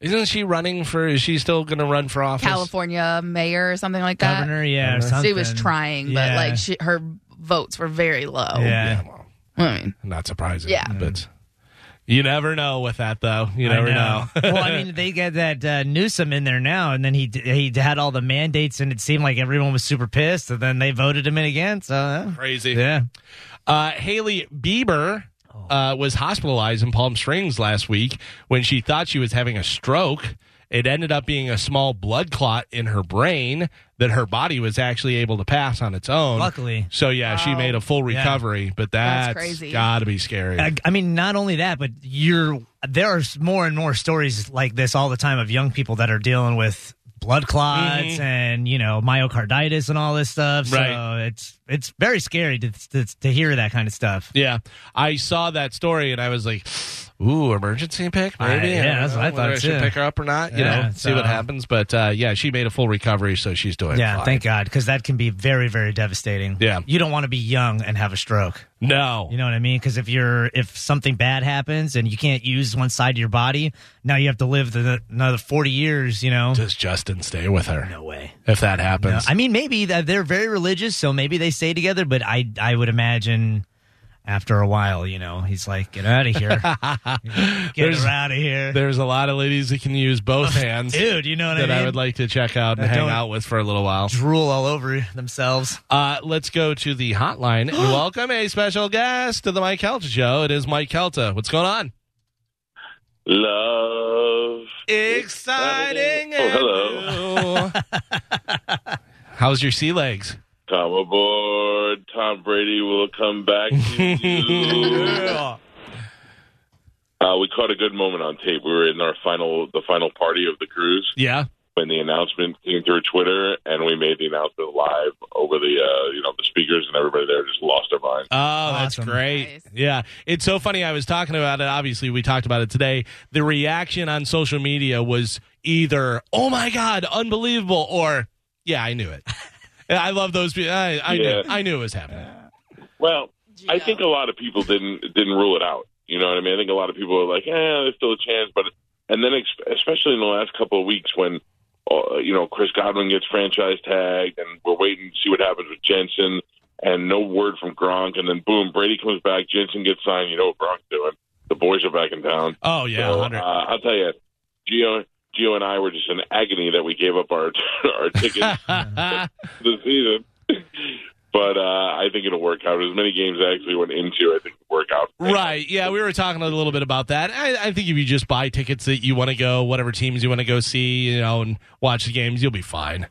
S3: Isn't she running for? Is she still going to run for office?
S5: California mayor or something like that.
S4: Governor. Yeah. Or something.
S5: She was trying, but
S4: Yeah.
S5: like she, oh. her votes were very low.
S3: Yeah,
S4: Yeah.
S3: well,
S5: I mean,
S3: not surprising.
S5: Yeah.
S3: but you never know with that, though. You never know.
S4: well, I mean, they got that uh, Newsom in there now, and then he he had all the mandates, and it seemed like everyone was super pissed, and then they voted him in again. So uh,
S3: Crazy.
S4: yeah,
S3: Uh, Haley Bieber uh, was hospitalized in Palm Springs last week when she thought she was having a stroke. It ended up being a small blood clot in her brain that her body was actually able to pass on its own.
S4: Luckily.
S3: So yeah, she made a full
S4: Yeah.
S3: recovery, but
S5: That's
S3: that's
S5: crazy.
S3: got to be scary.
S4: I, I mean, not only that, but you're there are s- more and more stories like this all the time of young people that are dealing with blood clots
S3: Mm-hmm.
S4: and you know myocarditis and all this stuff. So
S3: Right.
S4: it's it's very scary to, to to hear that kind of stuff.
S3: Yeah, I saw that story and I was like, "Ooh, emergency pick,
S4: I-
S3: maybe."
S4: yeah,
S3: don't
S4: that's what I
S3: know whether
S4: thought,
S3: should
S4: too.
S3: pick her up or not. You
S4: Yeah,
S3: know, see what
S4: so-
S3: happens. But uh, yeah, she made a full recovery, so she's doing.
S4: Yeah,
S3: fine.
S4: thank God, because that can be very very devastating.
S3: Yeah.
S4: you don't want to be young and have a stroke.
S3: No,
S4: You know what I mean? Because if you're if something bad happens and you can't use one side of your body, now you have to live the, another forty years. You know,
S3: does Justin stay with her
S4: no way.
S3: if that
S4: No,
S3: happens?
S4: I mean, maybe that they're very religious, so maybe they stay together. But I, I would imagine after a while, you know, he's like, get out of here, get
S3: There's-
S4: her out of here,
S3: There's a lot of ladies that can use both hands
S4: dude. You know what
S3: that
S4: I mean?
S3: I would like to check out and
S4: That
S3: hang
S4: don't-
S3: out with for a little while.
S4: drool all over themselves.
S3: Uh, let's go to the hotline and welcome a special guest to the Mike Kelta Show. It is Mike Kelta. What's going on?
S8: Love.
S3: Exciting.
S8: Oh, hello.
S3: and new. How's your sea legs?
S8: Come aboard. Tom Brady will come back to you. uh, we caught a good moment on tape. We were in our final, the final party of the cruise
S3: Yeah.
S8: when the announcement came through Twitter, and we made the announcement live over the, uh, you know, the speakers, and everybody there just lost their mind.
S3: Oh, that's
S4: Awesome.
S3: great.
S5: Nice.
S3: Yeah. It's so funny. I was talking about it. Obviously, we talked about it today. The reaction on social media was either, oh my God, unbelievable, or, yeah, I knew it. And I love those people. I, I,
S8: Yeah.
S3: knew, I knew it was happening.
S8: Well, I think oh, a lot of people didn't didn't rule it out. You know what I mean? I think a lot of people are like, "Eh, there's still a chance," but and then ex- especially in the last couple of weeks when uh, you know Chris Godwin gets franchise tagged, and we're waiting to see what happens with Jensen, and no word from Gronk, and then boom, Brady comes back, Jensen gets signed. You know what Gronk's doing? The boys are back in town.
S3: Oh, yeah.
S8: so,
S3: 100.
S8: uh, I'll tell you, Gio, Gio and I were just in agony that we gave up our our tickets the season. But uh, I think it'll work out. As many games I actually went into, I think it'll work out.
S3: Right. Yeah, we were talking a little bit about that. I, I think if you just buy tickets that you want to go, whatever teams you want to go see, you know, and watch the games, you'll be fine.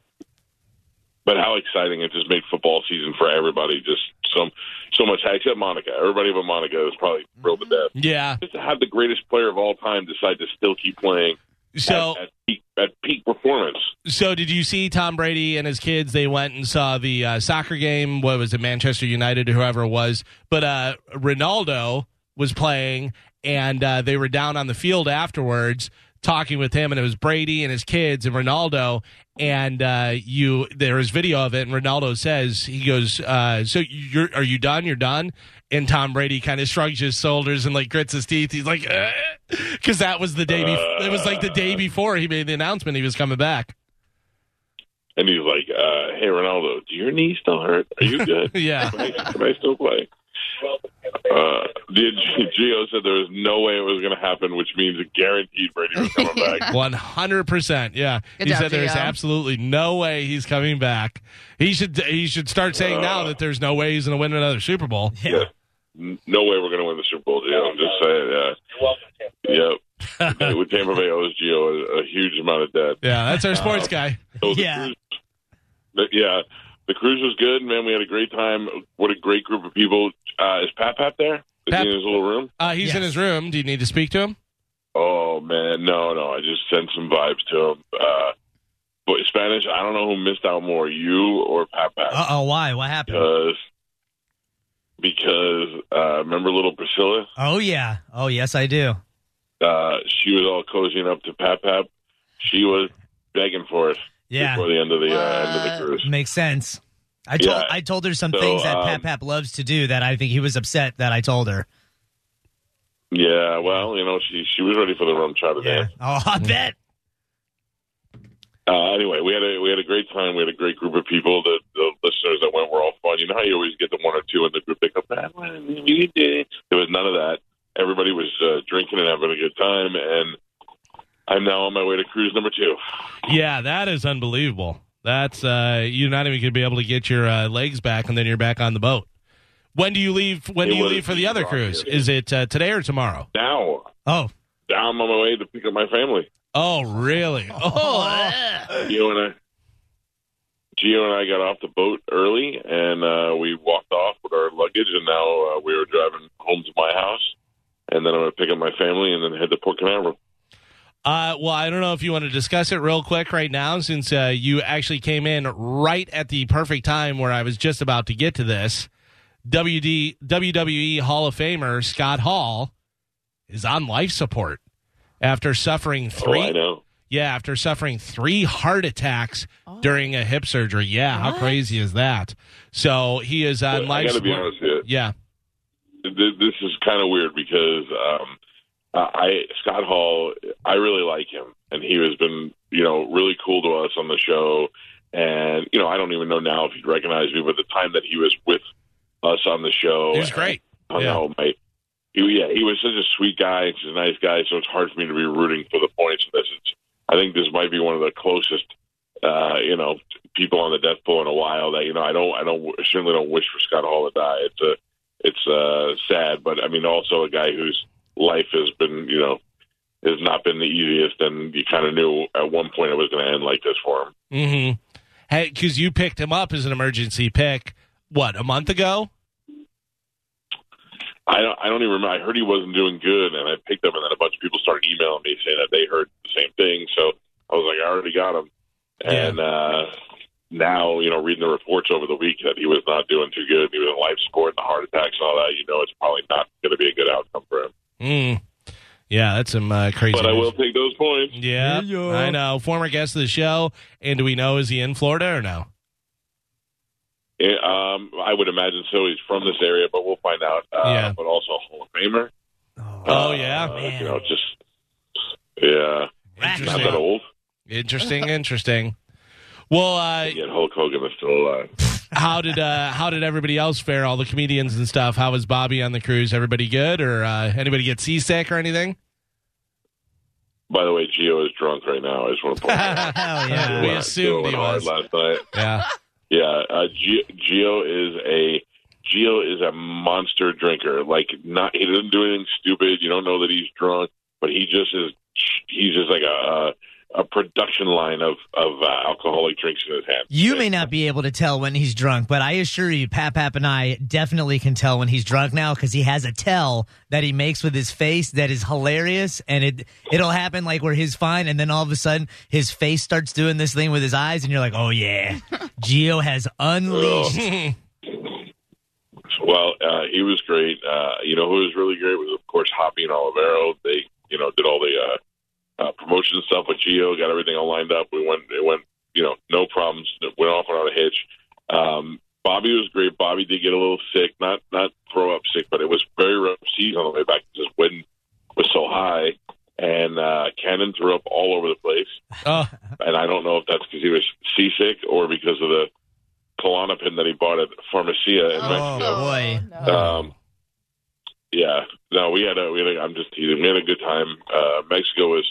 S8: But how exciting it just made football season for everybody. Just some so much except Monica. Everybody but Monica is probably thrilled to death.
S3: Yeah.
S8: Just to have the greatest player of all time decide to still keep playing
S3: So,
S8: at, at, peak, at peak performance.
S3: so did you see Tom Brady and his kids? They went and saw the uh, soccer game. What was it, Manchester United, or whoever it was? But uh, Ronaldo was playing, and uh, they were down on the field afterwards talking with him, and it was Brady and his kids and Ronaldo. And uh, you, there is video of it, and Ronaldo says he goes, uh, "So you're are you done? You're done?" And Tom Brady kind of shrugs his shoulders and like grits his teeth. He's like, "Because that was the day. Bef- it was like the day before he made the announcement he was coming back."
S8: And he's like, uh, "Hey Ronaldo, do your knee still hurt? Are you good?
S3: Yeah.
S8: Can I- can I still play?" Uh, the Gio said there was no way it was going to happen, which means guaranteed Brady was coming back.
S3: One hundred percent. Yeah,
S5: Good
S3: he
S5: job,
S3: said there's
S5: Gio.
S3: absolutely no way he's coming back. He should he should start saying
S8: Uh.
S3: now that there's no way he's going to win another Super Bowl.
S8: Yeah. N- No way we're going to win the Super Bowl, Gio. I'm just saying. Uh, Yep. With- With Tampa Bay owes Gio a, a huge amount of debt.
S3: Yeah, that's
S8: Uh,
S3: our sports guy.
S8: So the
S4: Yeah.
S8: Cruise, the, yeah. The cruise was good, man. We had a great time. What a great group of people. Uh, is Pat Pat there? Is
S3: Pap-
S8: he in his little room?
S3: Uh, he's in
S4: Yes.
S3: his room. Do you need to speak to him?
S8: Oh man, no, no. I just sent some vibes to him. Uh, but Spanish, I don't know who missed out more, you or Pat Pat.
S4: Uh oh, why? What happened?
S8: Because because uh, remember little Priscilla?
S4: oh yeah, oh yes, I do.
S8: uh, she was all cozying up to Pap Pap. She was begging for it
S4: Yeah,
S8: before the end of the uh, end of
S5: What?
S8: the cruise.
S4: makes sense. I told
S8: Yeah.
S4: I told her some
S8: So,
S4: things that
S8: um,
S4: Pat Pap loves to do that I think he was upset that I told her.
S8: Yeah, well, you know, she she was ready for the rum chata
S4: Yeah.
S8: dance.
S4: Oh, I bet.
S8: Uh, anyway, we had a we had a great time. We had a great group of people. The, the listeners that went were all fun. You know how you always get the one or two in the group that come back. You did. There was none of that. Everybody was uh, drinking and having a good time, and I'm now on my way to cruise number two.
S3: Yeah, that is unbelievable. That's uh, you're not even going to be able to get your uh, legs back, and then you're back on the boat. When do you leave? When
S8: It
S3: do you
S8: was
S3: leave for the other
S8: rocky.
S3: cruise? Is it uh, today or tomorrow?
S8: Now,
S4: Oh,
S8: now I'm on my way to pick up my family.
S3: Oh, really? Oh, eh.
S8: Gio and I, Gio and I got off the boat early, and uh, we walked off with our luggage, and now uh, we were driving home to my house, and then I'm going to pick up my family and then head to Port Canaveral.
S3: Uh, well, I don't know if you want to discuss it real quick right now, since uh, you actually came in right at the perfect time where I was just about to get to this. WD, WWE E Hall of Famer Scott Hall is on life support after suffering
S8: Oh,
S3: three.
S8: I know.
S3: Yeah, after suffering three heart attacks during a hip surgery. Yeah, how
S5: What?
S3: crazy is that? So he is on
S8: But I
S3: life
S8: got to be
S3: support.
S8: honest with you.
S3: Yeah.
S8: th- this is kind of weird because um, I Scott Hall, I really like him, and he has been you know really cool to us on the show. And you know, I don't even know now if he'd recognize me, but the time that he was with us on the show,
S3: He was great.
S8: I
S3: Yeah.
S8: know my. He, yeah, he was such a sweet guy. He's a nice guy, so it's hard for me to be rooting for the points. This is, I think this might be one of the closest, uh, you know, people on the death pool in a while. That you know, I don't, I don't, certainly don't wish for Scott Hall to die. It's a, it's uh, sad, but I mean, also a guy whose life has been, you know, has not been the easiest, and you kind of knew at one point it was going to end like this for him.
S3: hmm Hey, because you picked him up as an emergency pick, what, a month ago?
S8: I don't, I don't even remember. I heard he wasn't doing good, and I picked him, and then a bunch of people started emailing me saying that they heard the same thing. So I was like, I already got him. And uh, now, you know, reading the reports over the week that he was not doing too good, he was in life support, and the heart attacks, and all that. You know, it's probably not going to be a good outcome for him.
S3: Mm. Yeah, that's some uh, crazy.
S8: But I
S3: news.
S8: will take those points.
S3: Yeah, I know. Former guest of the show, and do we know is he in Florida or no?
S8: Eh, um, I would imagine so. He's from this area, but we'll find out. Uh,
S3: Yeah.
S8: But also a Hall of Famer.
S3: Oh,
S8: Uh,
S3: yeah?
S8: You know, just yeah, not that
S3: Interesting,
S8: old.
S3: interesting, interesting. Well, uh,
S8: Yet Hulk Hogan is still alive.
S3: how did uh, how did everybody else fare? All the comedians and stuff. How was Bobby on the cruise? Everybody good, or uh, anybody get seasick or anything?
S8: By the way, Gio is drunk right now. I just want to point out.
S4: Oh, Hell
S3: Yeah.
S4: yeah.
S3: We
S8: Gio went-
S3: assumed
S8: Gio went
S3: he
S8: hard
S3: was.
S8: last night.
S3: Yeah,
S8: Yeah, uh, Gio, Gio is a Gio is a monster drinker. Like, not he doesn't do anything stupid. You don't know that he's drunk, but he just is. He's just like a a, a production line of of uh, alcoholic drinks in his hand.
S4: You may not be able to tell when he's drunk, but I assure you, Pap Pap and I definitely can tell when he's drunk now because he has a tell that he makes with his face that is hilarious, and it it'll happen like where he's fine, and then all of a sudden his face starts doing this thing with his eyes, and you're like, oh yeah, Geo has unleashed.
S8: Well, uh, he was great. Uh, you know who was really great was of course Hoppy and Olivero. They you know did all the uh, uh, promotion stuff with Geo, got everything all lined up. We went it went you know no problems. It went off without a hitch. Um, Bobby was great. Bobby did get a little sick, not not throw up sick, but it was very rough season on the way back because his wind was so high. And uh, Cannon threw up all over the place
S3: oh,
S8: and I don't know if that's because he was seasick or because of the Klonopin that he bought at Pharmacia in Mexico.
S4: Oh, boy.
S5: Oh, no.
S8: Um, yeah, no, we had a we had a, I'm just teasing. We had a good time. Uh, Mexico was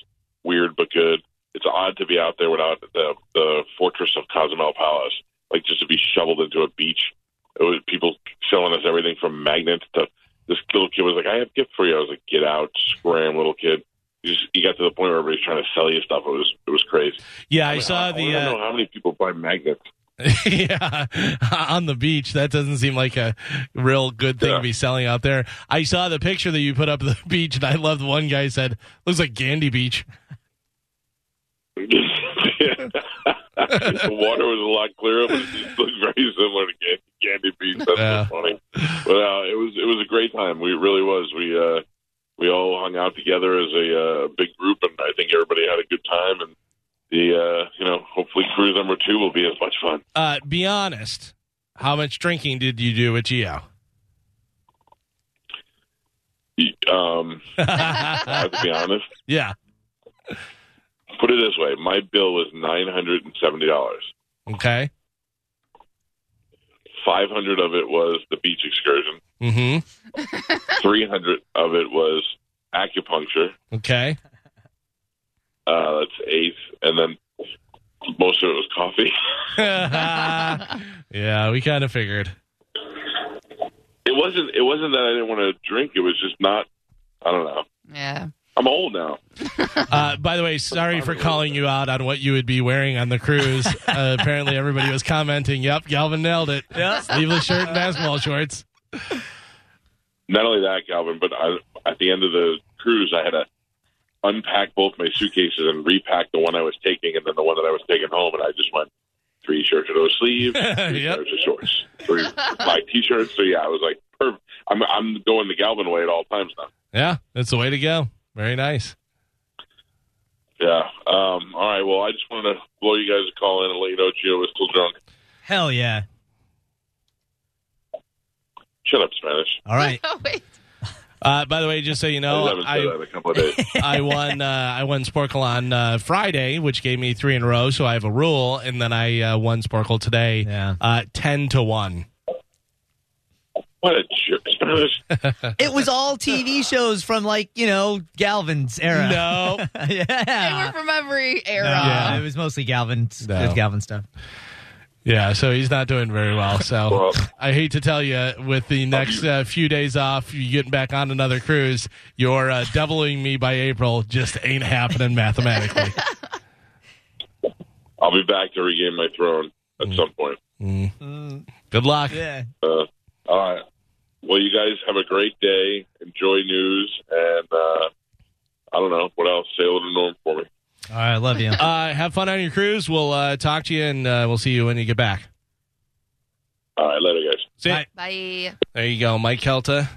S8: weird but good. It's odd to be out there without the the fortress of Cozumel Palace, like just to be shoveled into a beach. It was people selling us everything from magnets to this little kid was like, "I have a gift for you." I was like, "Get out, scram, little kid!" You just you got to the point where everybody's trying to sell you stuff. It was it was crazy.
S3: yeah. I
S8: mean,
S3: saw
S8: I
S3: the.
S8: don't
S3: Uh,
S8: know how many people buy magnets.
S3: yeah, on the beach. That doesn't seem like a real good thing
S8: Yeah.
S3: to be selling out there. I saw the picture that you put up of the beach, and I loved one guy said, "Looks like Gandy Beach."
S8: the water was a lot clearer, but it just looked very similar to Candy, Candy Beach. That's
S3: Yeah.
S8: so funny. But uh, it was it was a great time. We it really was. We uh, we all hung out together as a uh, big group, and I think everybody had a good time. And the uh, you know hopefully cruise number two will be as much fun.
S3: Uh, be honest. How much drinking did you do with Gio?
S8: Um, I have to be honest.
S3: Yeah.
S8: Put it this way: my bill was nine hundred and seventy dollars.
S3: Okay.
S8: Five hundred of it was the beach excursion.
S3: Mm-hmm.
S8: Three hundred of it was acupuncture.
S3: Okay.
S8: Uh, that's eight, and then most of it was coffee.
S3: yeah, we kind of figured.
S8: It wasn't. It wasn't that I didn't want to drink. It was just not. I don't know.
S5: yeah.
S8: I'm old now.
S3: Uh, by the way, sorry for calling you out on what you would be wearing on the cruise. Uh, apparently, everybody was commenting, "Yep, Galvin nailed it. Sleeveless shirt and basketball shorts."
S8: not only that, Calvin, but I, at the end of the cruise, I had to unpack both my suitcases and repack the one I was taking and then the one that I was taking home. And I just went three shirts with no sleeves, three
S3: Yep.
S8: shirts with shorts, three my t-shirts. So yeah, I was like, perfect. I'm I'm going the Galvin way at all times now.
S3: Yeah, that's the way to go. Very nice.
S8: Yeah. Um, all right. Well, I just wanted to blow you guys a call in and let you know Gio is still drunk.
S4: Hell yeah.
S8: Shut up, Spanish.
S4: All right.
S5: Wait.
S3: Uh, by the way, just so you know,
S8: I haven't said
S3: I,
S8: that in a couple of days.
S3: I won. Uh, I won Sporkle on uh, Friday, which gave me three in a row. So I have a rule, and then I uh, won Sporkle today,
S4: Yeah.
S3: uh, ten to one.
S8: what a jerk, Spanish.
S4: It was all TV shows from like, you know, Galvin's era.
S3: No,
S5: They were
S3: Ah.
S4: yeah.
S5: from every era.
S4: Yeah. It was mostly Galvin's
S3: No.
S4: good Galvin stuff.
S3: yeah. So he's not doing very well. So
S8: Well-
S3: I hate to tell you, with the next uh, few days off, you getting back on another cruise, you're uh, doubling me by April. Just ain't happening mathematically.
S8: I'll be back to regain my throne at some point.
S3: Mm. Good luck.
S4: Yeah.
S8: Uh, All right. Well, you guys have a great day. Enjoy news, and uh, I don't know what else. Say hello to Norm for me.
S4: All right, love you.
S3: Uh, have fun on your cruise. We'll uh, talk to you, and uh, we'll see you when you get back.
S8: All right, later, guys.
S3: See ya.
S4: Bye.
S5: Bye.
S3: There you go, Mike Kelta.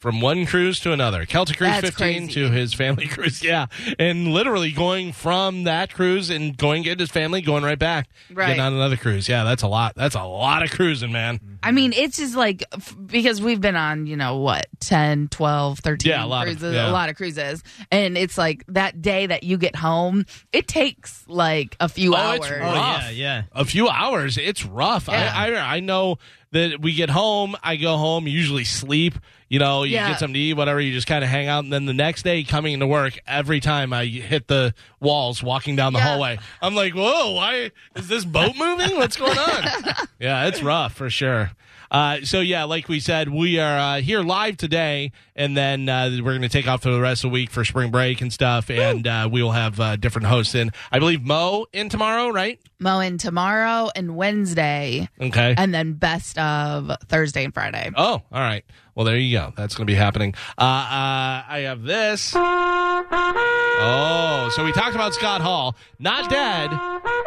S3: From one cruise to another, Kelta Cruise
S5: That's
S3: 15
S5: crazy.
S3: to his family cruise. Yeah. And literally going from that cruise and going get his family, going right back.
S5: Right.
S3: Getting on another cruise. Yeah, that's a lot. That's a lot of cruising, man.
S5: I mean, it's just like f- because we've been on, you know, what, 10, 12, 13
S3: Yeah, a lot of-
S5: cruises,
S3: yeah.
S5: a lot of cruises. And it's like that day that you get home, it takes like a few
S3: Oh,
S5: hours.
S3: it's
S4: Oh,
S3: rough.
S4: yeah, yeah.
S3: A few hours. It's rough.
S5: Yeah.
S3: I, I I know that we get home, I go home, usually sleep, you know, you
S5: Yeah.
S3: get something to eat, whatever, you just kind of hang out. And then the next day coming into work, every time I hit the walls walking down the
S5: Yeah.
S3: hallway, I'm like, whoa, why is this boat moving? What's going on? yeah, it's rough for sure. Uh, so yeah, like we said, we are uh, here live today, and then uh, we're going to take off for the rest of the week for spring break and stuff, and uh, we will have uh, different hosts in. I believe Mo in tomorrow, right?
S5: Mowing tomorrow and Wednesday,
S3: Okay.
S5: and then best of Thursday and Friday.
S3: Oh, all right. Well, there you go. That's going to be happening. Uh, uh, I have this. Oh, so we talked about Scott Hall. Not dead,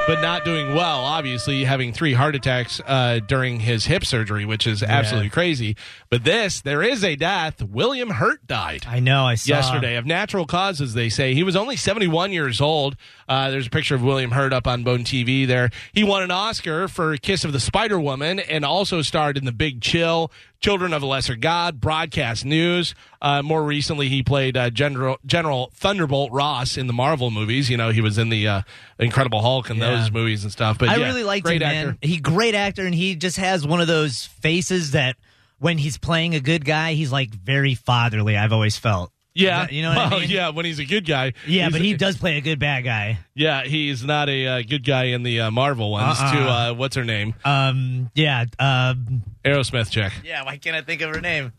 S3: but not doing well, obviously, having three heart attacks uh, during his hip surgery, which is absolutely crazy. But this, there is a death. William Hurt died
S4: I know. I saw
S3: yesterday of natural causes. They say he was only 71 years old. Uh, there's a picture of William Hurt up on Bone TV. There, he won an Oscar for Kiss of the Spider Woman and also starred in The Big Chill, Children of a Lesser God, Broadcast News. Uh, more recently, he played uh, General General Thunderbolt Ross in the Marvel movies. You know, he was in the uh, Incredible Hulk and
S4: Yeah.
S3: those movies and stuff. But
S4: I
S3: yeah,
S4: really liked
S3: great
S4: him,
S3: actor.
S4: man. He great actor, and he just has one of those faces that when he's playing a good guy, he's like very fatherly. I've always felt.
S3: Yeah,
S4: You know what I
S3: Well,
S4: mean?
S3: Yeah, when he's a good guy.
S4: Yeah,
S3: he's
S4: but
S3: a-
S4: he does play a good bad guy.
S3: Yeah, he's not a uh, good guy in the uh, Marvel ones.
S4: Uh-uh.
S3: To uh, what's her name?
S4: Um, yeah, um,
S3: Aerosmith chick.
S4: yeah. Why can't I think of her name?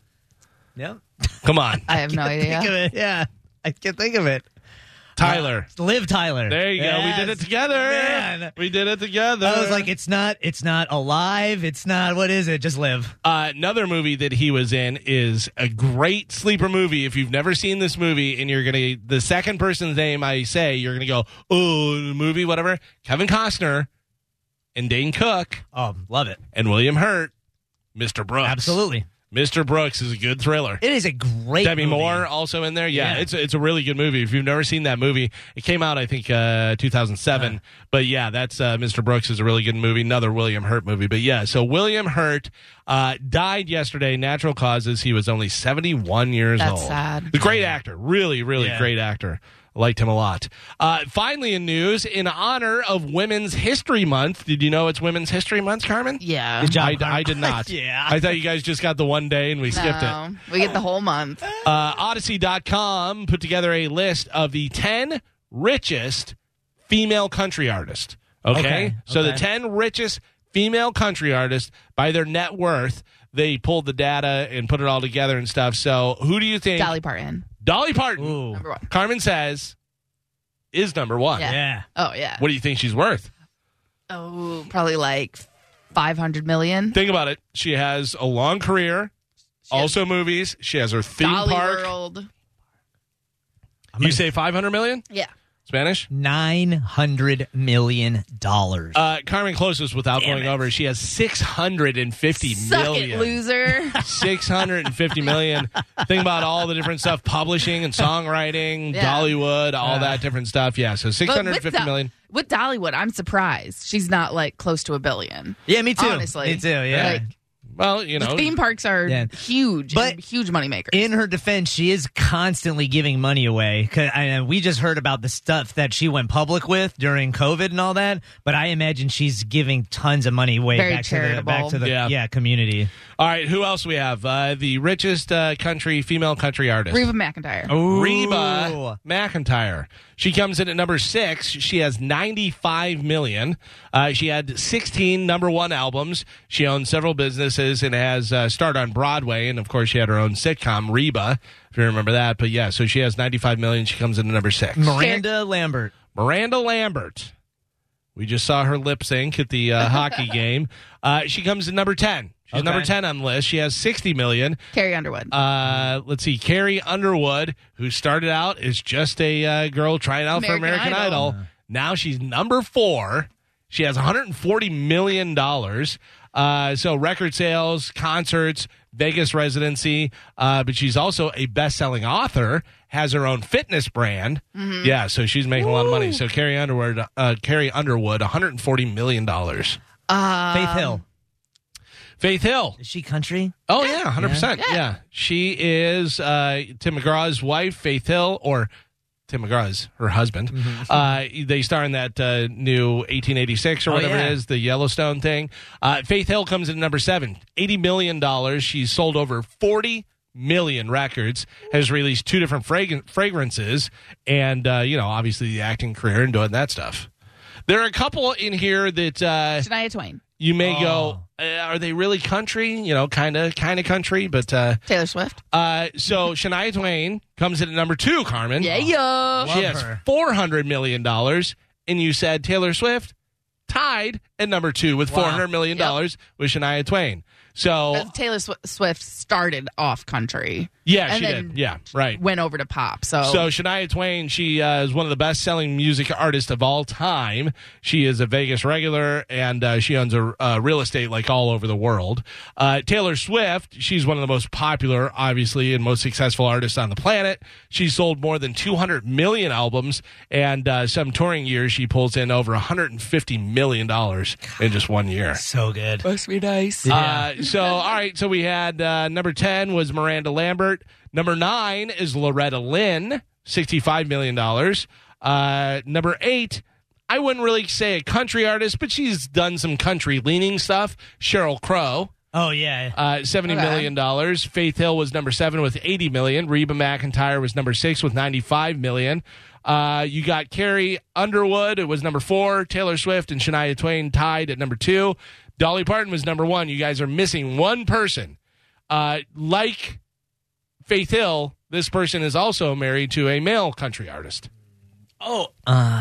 S4: No,
S3: Come on,
S5: I have no
S4: think of
S5: idea.
S4: it. Yeah, I can't think of it. Uh,
S3: Tyler.
S4: Liv Tyler.
S3: There you go.
S4: Yes,
S3: We did it together.
S4: man.
S3: We did it together.
S4: I was like, it's not, it's not alive. It's not. What is it? Just live.
S3: uh, another movie that he was in is a great sleeper movie. If you've never seen this movie, and you're gonna the second person's name I say, you're gonna go, oh, the movie, whatever. Kevin Costner and Dane Cook
S4: Oh, love it.
S3: and William Hurt, Mr. Brooks.
S4: Absolutely.
S3: Mr. Brooks is a good thriller.
S4: It is a great.
S3: Debbie
S4: movie.
S3: Moore also in there. Yeah,
S4: Yeah.
S3: it's it's a really good movie. If you've never seen that movie, it came out I think uh, 2007.
S4: Uh-huh.
S3: But yeah, that's uh, Mr. Brooks is a really good movie. Another William Hurt movie. But yeah, so William Hurt uh, died yesterday, natural causes. He was only 71 years
S5: That's
S3: old.
S5: sad.
S3: The great actor, really, really
S4: Yeah.
S3: great actor. Liked him a lot. Uh, finally, in news, in honor of Women's History Month, did you know it's Women's History Month, Carmen?
S5: Yeah.
S3: I, I did not.
S4: Yeah.
S3: I thought you guys just got the one day and we skipped it.
S5: No, we get the whole month.
S3: Uh, Odyssey.com put together a list of the 10 richest female country artists. Okay.
S4: Okay,
S3: So the
S4: okay.
S3: 10 richest female country artists by their net worth. They pulled the data and put it all together and stuff. So who do you think?
S5: Dolly Parton.
S3: Dolly Parton.
S4: Ooh.
S5: Number one.
S3: Carmen says is number one.
S5: Yeah.
S4: Yeah.
S5: Oh yeah.
S3: What do you think she's worth?
S5: Oh, probably like five hundred million.
S3: Think about it. She has a long career, also movies. She has her theme
S5: Dolly
S3: park.
S5: World.
S3: You say 500 million?
S5: Yeah.
S3: Spanish?
S4: $900 million. dollars.
S3: Uh, Carmen Closest, without going over, she has six hundred and fifty million.
S5: Suck it, loser.
S3: 650 million. Think about all the different stuff publishing and songwriting,
S5: Yeah.
S3: Dollywood, all that different stuff. Yeah, so
S5: But
S3: 650
S5: with,
S3: million.
S5: Do- with Dollywood, I'm surprised she's not like close to a billion.
S4: yeah, me too.
S5: honestly.
S4: Me too, yeah.
S5: Like,
S3: Well, you know,
S5: the theme parks are
S4: Yeah.
S5: huge,
S4: But-
S5: and huge moneymakers.
S4: in her defense, she is constantly giving money away. 'Cause- and we just heard about the stuff that she went public with during COVID and all that. But I imagine she's giving tons of money away
S5: Very
S4: back to the back to the
S3: charitable.
S4: yeah.
S3: Yeah.
S4: community.
S3: all right, who else we have? Uh, the richest uh, country female country artist.
S5: Reba McIntyre.
S3: Oh. Reba McIntyre. She comes in at number six. She has 95 million. Uh, she had 16 number one albums. She owns several businesses and has uh, starred on Broadway. And of course, she had her own sitcom, Reba, if you remember that. But yeah, so she has 95 million. She comes in at number six.
S4: Miranda Lambert.
S3: Miranda Lambert. We just saw her lip sync at the uh, hockey game. Uh, she comes in number 10. She's
S4: Okay.
S3: number 10 on the list. She has 60 million.
S5: Carrie Underwood.
S3: Uh, let's see, Carrie Underwood, who started out as just a uh, girl trying out for
S5: American
S3: American Idol.
S5: Idol.
S3: Now she's number four. She has 140 million dollars. Uh, so record sales, concerts, Vegas residency, uh, but she's also a best-selling author. Has her own fitness brand.
S5: Mm-hmm.
S3: Yeah, so she's making a lot of money. So Carrie Underwood, uh, Carrie Underwood, 140 million dollars. Uh,
S5: Um,
S4: Faith Hill.
S3: Faith Hill.
S4: Is she country?
S3: Oh yeah, hundred percent.
S5: Yeah.
S3: Yeah, she is uh, Tim McGraw's wife, Faith Hill, or Tim McGraw's her husband. Uh, they star in that uh, new 1886 or
S4: Oh,
S3: whatever
S4: yeah.
S3: it is, the Yellowstone thing. Uh, Faith Hill comes in at number seven, eighty million dollars. She's sold over forty million records has released two different fragran- fragrances and uh, you know obviously the acting career and doing that stuff there are a couple in here that uh,
S5: Shania Twain.
S3: you may go,
S5: Oh.
S3: uh, are they really country? You know, kind of, kind of country. But uh,
S5: Taylor Swift.
S3: uh, so Shania Twain comes in at number two. Carmen,
S5: Yeah, yo.
S3: she has
S4: her.
S3: four hundred million dollars, and you said Taylor Swift tied at number two with four hundred million dollars with Shania Twain. So
S5: But Taylor Swi- Swift started off country,
S3: yeah,
S5: and
S3: she
S5: then-
S3: did. Yeah, right.
S5: went over to pop. So,
S3: So Shania Twain, she uh, is one of the best-selling music artists of all time. She is a Vegas regular, and uh, she owns a uh, real estate like all over the world. Uh, Taylor Swift, she's one of the most popular, obviously, and most successful artists on the planet. She sold more than 200 million albums, and uh, some touring years she pulls in over 150 million dollars in just one year.
S4: So good.
S5: must be nice.
S3: Uh, so all right, so we had uh, number ten was Miranda Lambert. Number nine is Loretta Lynn, sixty-five million dollars. Uh, number eight, I wouldn't really say a country artist, but she's done some country-leaning stuff. Cheryl Crow,
S4: Oh yeah.
S3: uh, seventy million
S5: Okay.
S3: dollars. Faith Hill was number seven with eighty million. Reba McIntyre was number six with ninety-five million. Uh, you got Carrie Underwood. It was number four. Taylor Swift and Shania Twain tied at number two. Dolly Parton was number one. You guys are missing one person. Uh, like Faith Hill, this person is also married to a male country artist.
S4: Oh.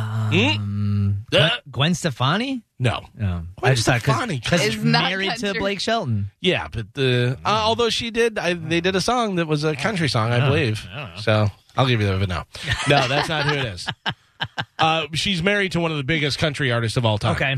S4: Um, Gwen,
S3: Uh,
S4: Gwen Stefani?
S3: No,
S4: No.
S3: Gwen
S4: cause-
S3: Stefani.
S4: cause
S5: Is
S4: she's
S5: not
S4: married to
S5: country.
S4: Blake Shelton.
S3: yeah, but the uh,
S4: Mm.
S3: although she did, I, they did a song that was a country song, I believe. So I'll give you that, but no, no, that's not who it is. Uh, she's married to one of the biggest country artists of all time.
S4: Okay.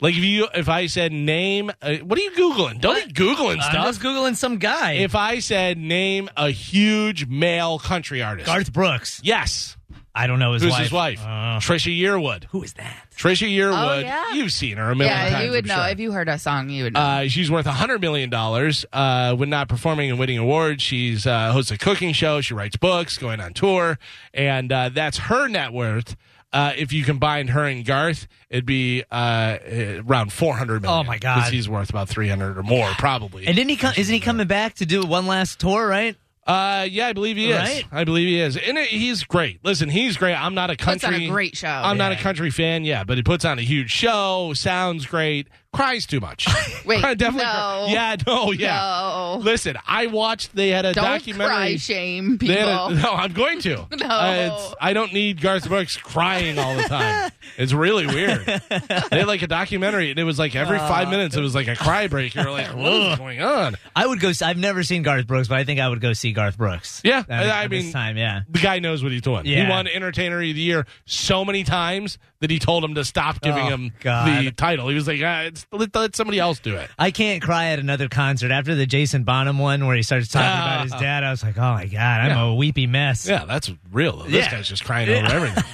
S3: like if you, if I said name, uh, what are you googling? Don't be googling
S4: I was
S3: stuff.
S4: googling some guy.
S3: If I said name a huge male country artist,
S4: Garth Brooks.
S3: yes,
S4: I don't know his
S3: who's
S4: wife.
S3: his wife?
S4: Uh,
S3: Trisha Yearwood.
S4: who is that?
S3: Trisha Yearwood.
S5: Oh, yeah.
S3: You've seen her a million times.
S5: yeah, you would
S3: I'm
S5: know
S3: sure.
S5: if you heard a song. You would know.
S3: Uh, she's worth $100 million. Uh, when not performing and winning awards, she's uh, hosts a cooking show. She writes books, going on tour. And uh, that's her net worth. Uh, if you combined her and Garth, it'd be uh, around 400 million.
S4: Oh, my God.
S3: Because he's worth about 300 or more, probably.
S4: And didn't he come? Isn't he coming back to do one last tour? Right?
S3: Uh, yeah, I believe he is.
S4: Right?
S3: I believe he is, and it, he's great. Listen, he's great. I'm not a
S5: Puts
S3: country.
S5: on a great show.
S3: I'm not a
S4: Yeah.
S3: country fan, yeah, but he puts on a huge show. Sounds great. Cries too much.
S5: Wait,
S3: definitely.
S5: no.
S3: cry- Yeah, no, yeah.
S5: No.
S3: Listen, I watched. They had a
S5: Don't cry
S3: documentary.
S5: shame
S3: they
S5: people.
S3: had a- no, I'm going to. Uh,
S5: No.
S3: I don't need Garth Brooks crying all the time. It's really weird. they had like a documentary, and it was like every
S5: Uh,
S3: five minutes, it was like a cry break. You're like, what is going on?
S4: I would go. See, I've never seen Garth Brooks, but I think I would go see Garth Brooks.
S3: Yeah,
S4: At- at
S3: I
S4: this
S3: mean-
S4: time, yeah.
S3: The guy knows what he's doing. He
S4: Yeah.
S3: won Entertainer of the Year so many times that he told him to stop giving
S4: Oh,
S3: him the
S4: God.
S3: title. He was like, ah, it's, let, let somebody else do it.
S4: I can't cry at another concert after the Jason Bonham one where he starts talking about his dad. I was like, oh my god, I'm a weepy mess.
S3: Ah. Yeah, that's real. This
S4: Yeah.
S3: guy's just crying over everything.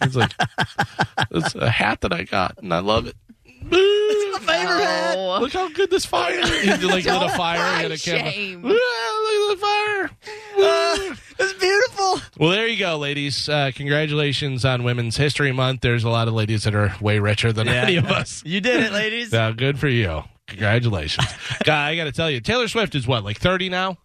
S3: it's like it's a hat that I got, and I love it. It's my favorite hat.
S5: No.
S3: Look how good this fire. is. He like lit a
S5: Don't
S3: fire
S5: cry
S3: and a camera.
S5: shame.
S3: Ah, look at the fire.
S4: It's beautiful.
S3: Well, there you go, ladies. Uh, congratulations on Women's History Month. There's a lot of ladies that are way richer than any of us.
S4: You did it, ladies.
S3: Now, good for you. Congratulations. Guy, I got to tell you, Taylor Swift is what, like 30 now?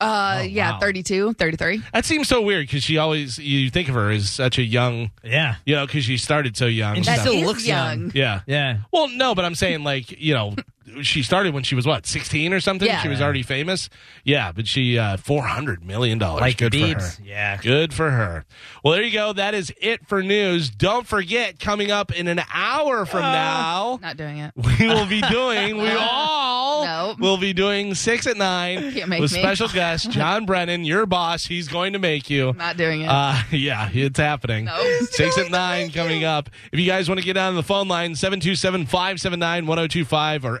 S3: Oh,
S5: uh, yeah,
S4: wow.
S5: 32, 33.
S3: That seems so weird because she always, you think of her as such a young,
S4: Yeah.
S3: you know, because she started so young.
S4: And she
S3: stuff.
S4: still
S5: He's
S4: looks young.
S3: yeah.
S4: Yeah.
S3: Well, no, but I'm saying like you know she started when she was what 16 or something.
S5: Yeah.
S3: She was already famous. Yeah, but she uh, 400 million dollars.
S4: Like
S3: good
S4: Biebs.
S3: for her.
S4: Yeah.
S3: Good for her. Well, there you go. That is it for news. Don't forget, coming up in an hour
S5: Oh.
S3: from now,
S5: Not doing it.
S3: we will be doing, we all
S5: Nope.
S3: will be doing six at 9
S5: Can't make
S3: with
S5: me.
S3: special guest John Brennan, your boss. He's going to make you.
S5: Not doing it.
S3: Uh, yeah, it's happening.
S5: No.
S3: Six at nine coming up. If you guys want to get on the phone line, 727 579 1025 or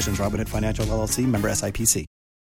S9: Robinhood Financial LLC member SIPC.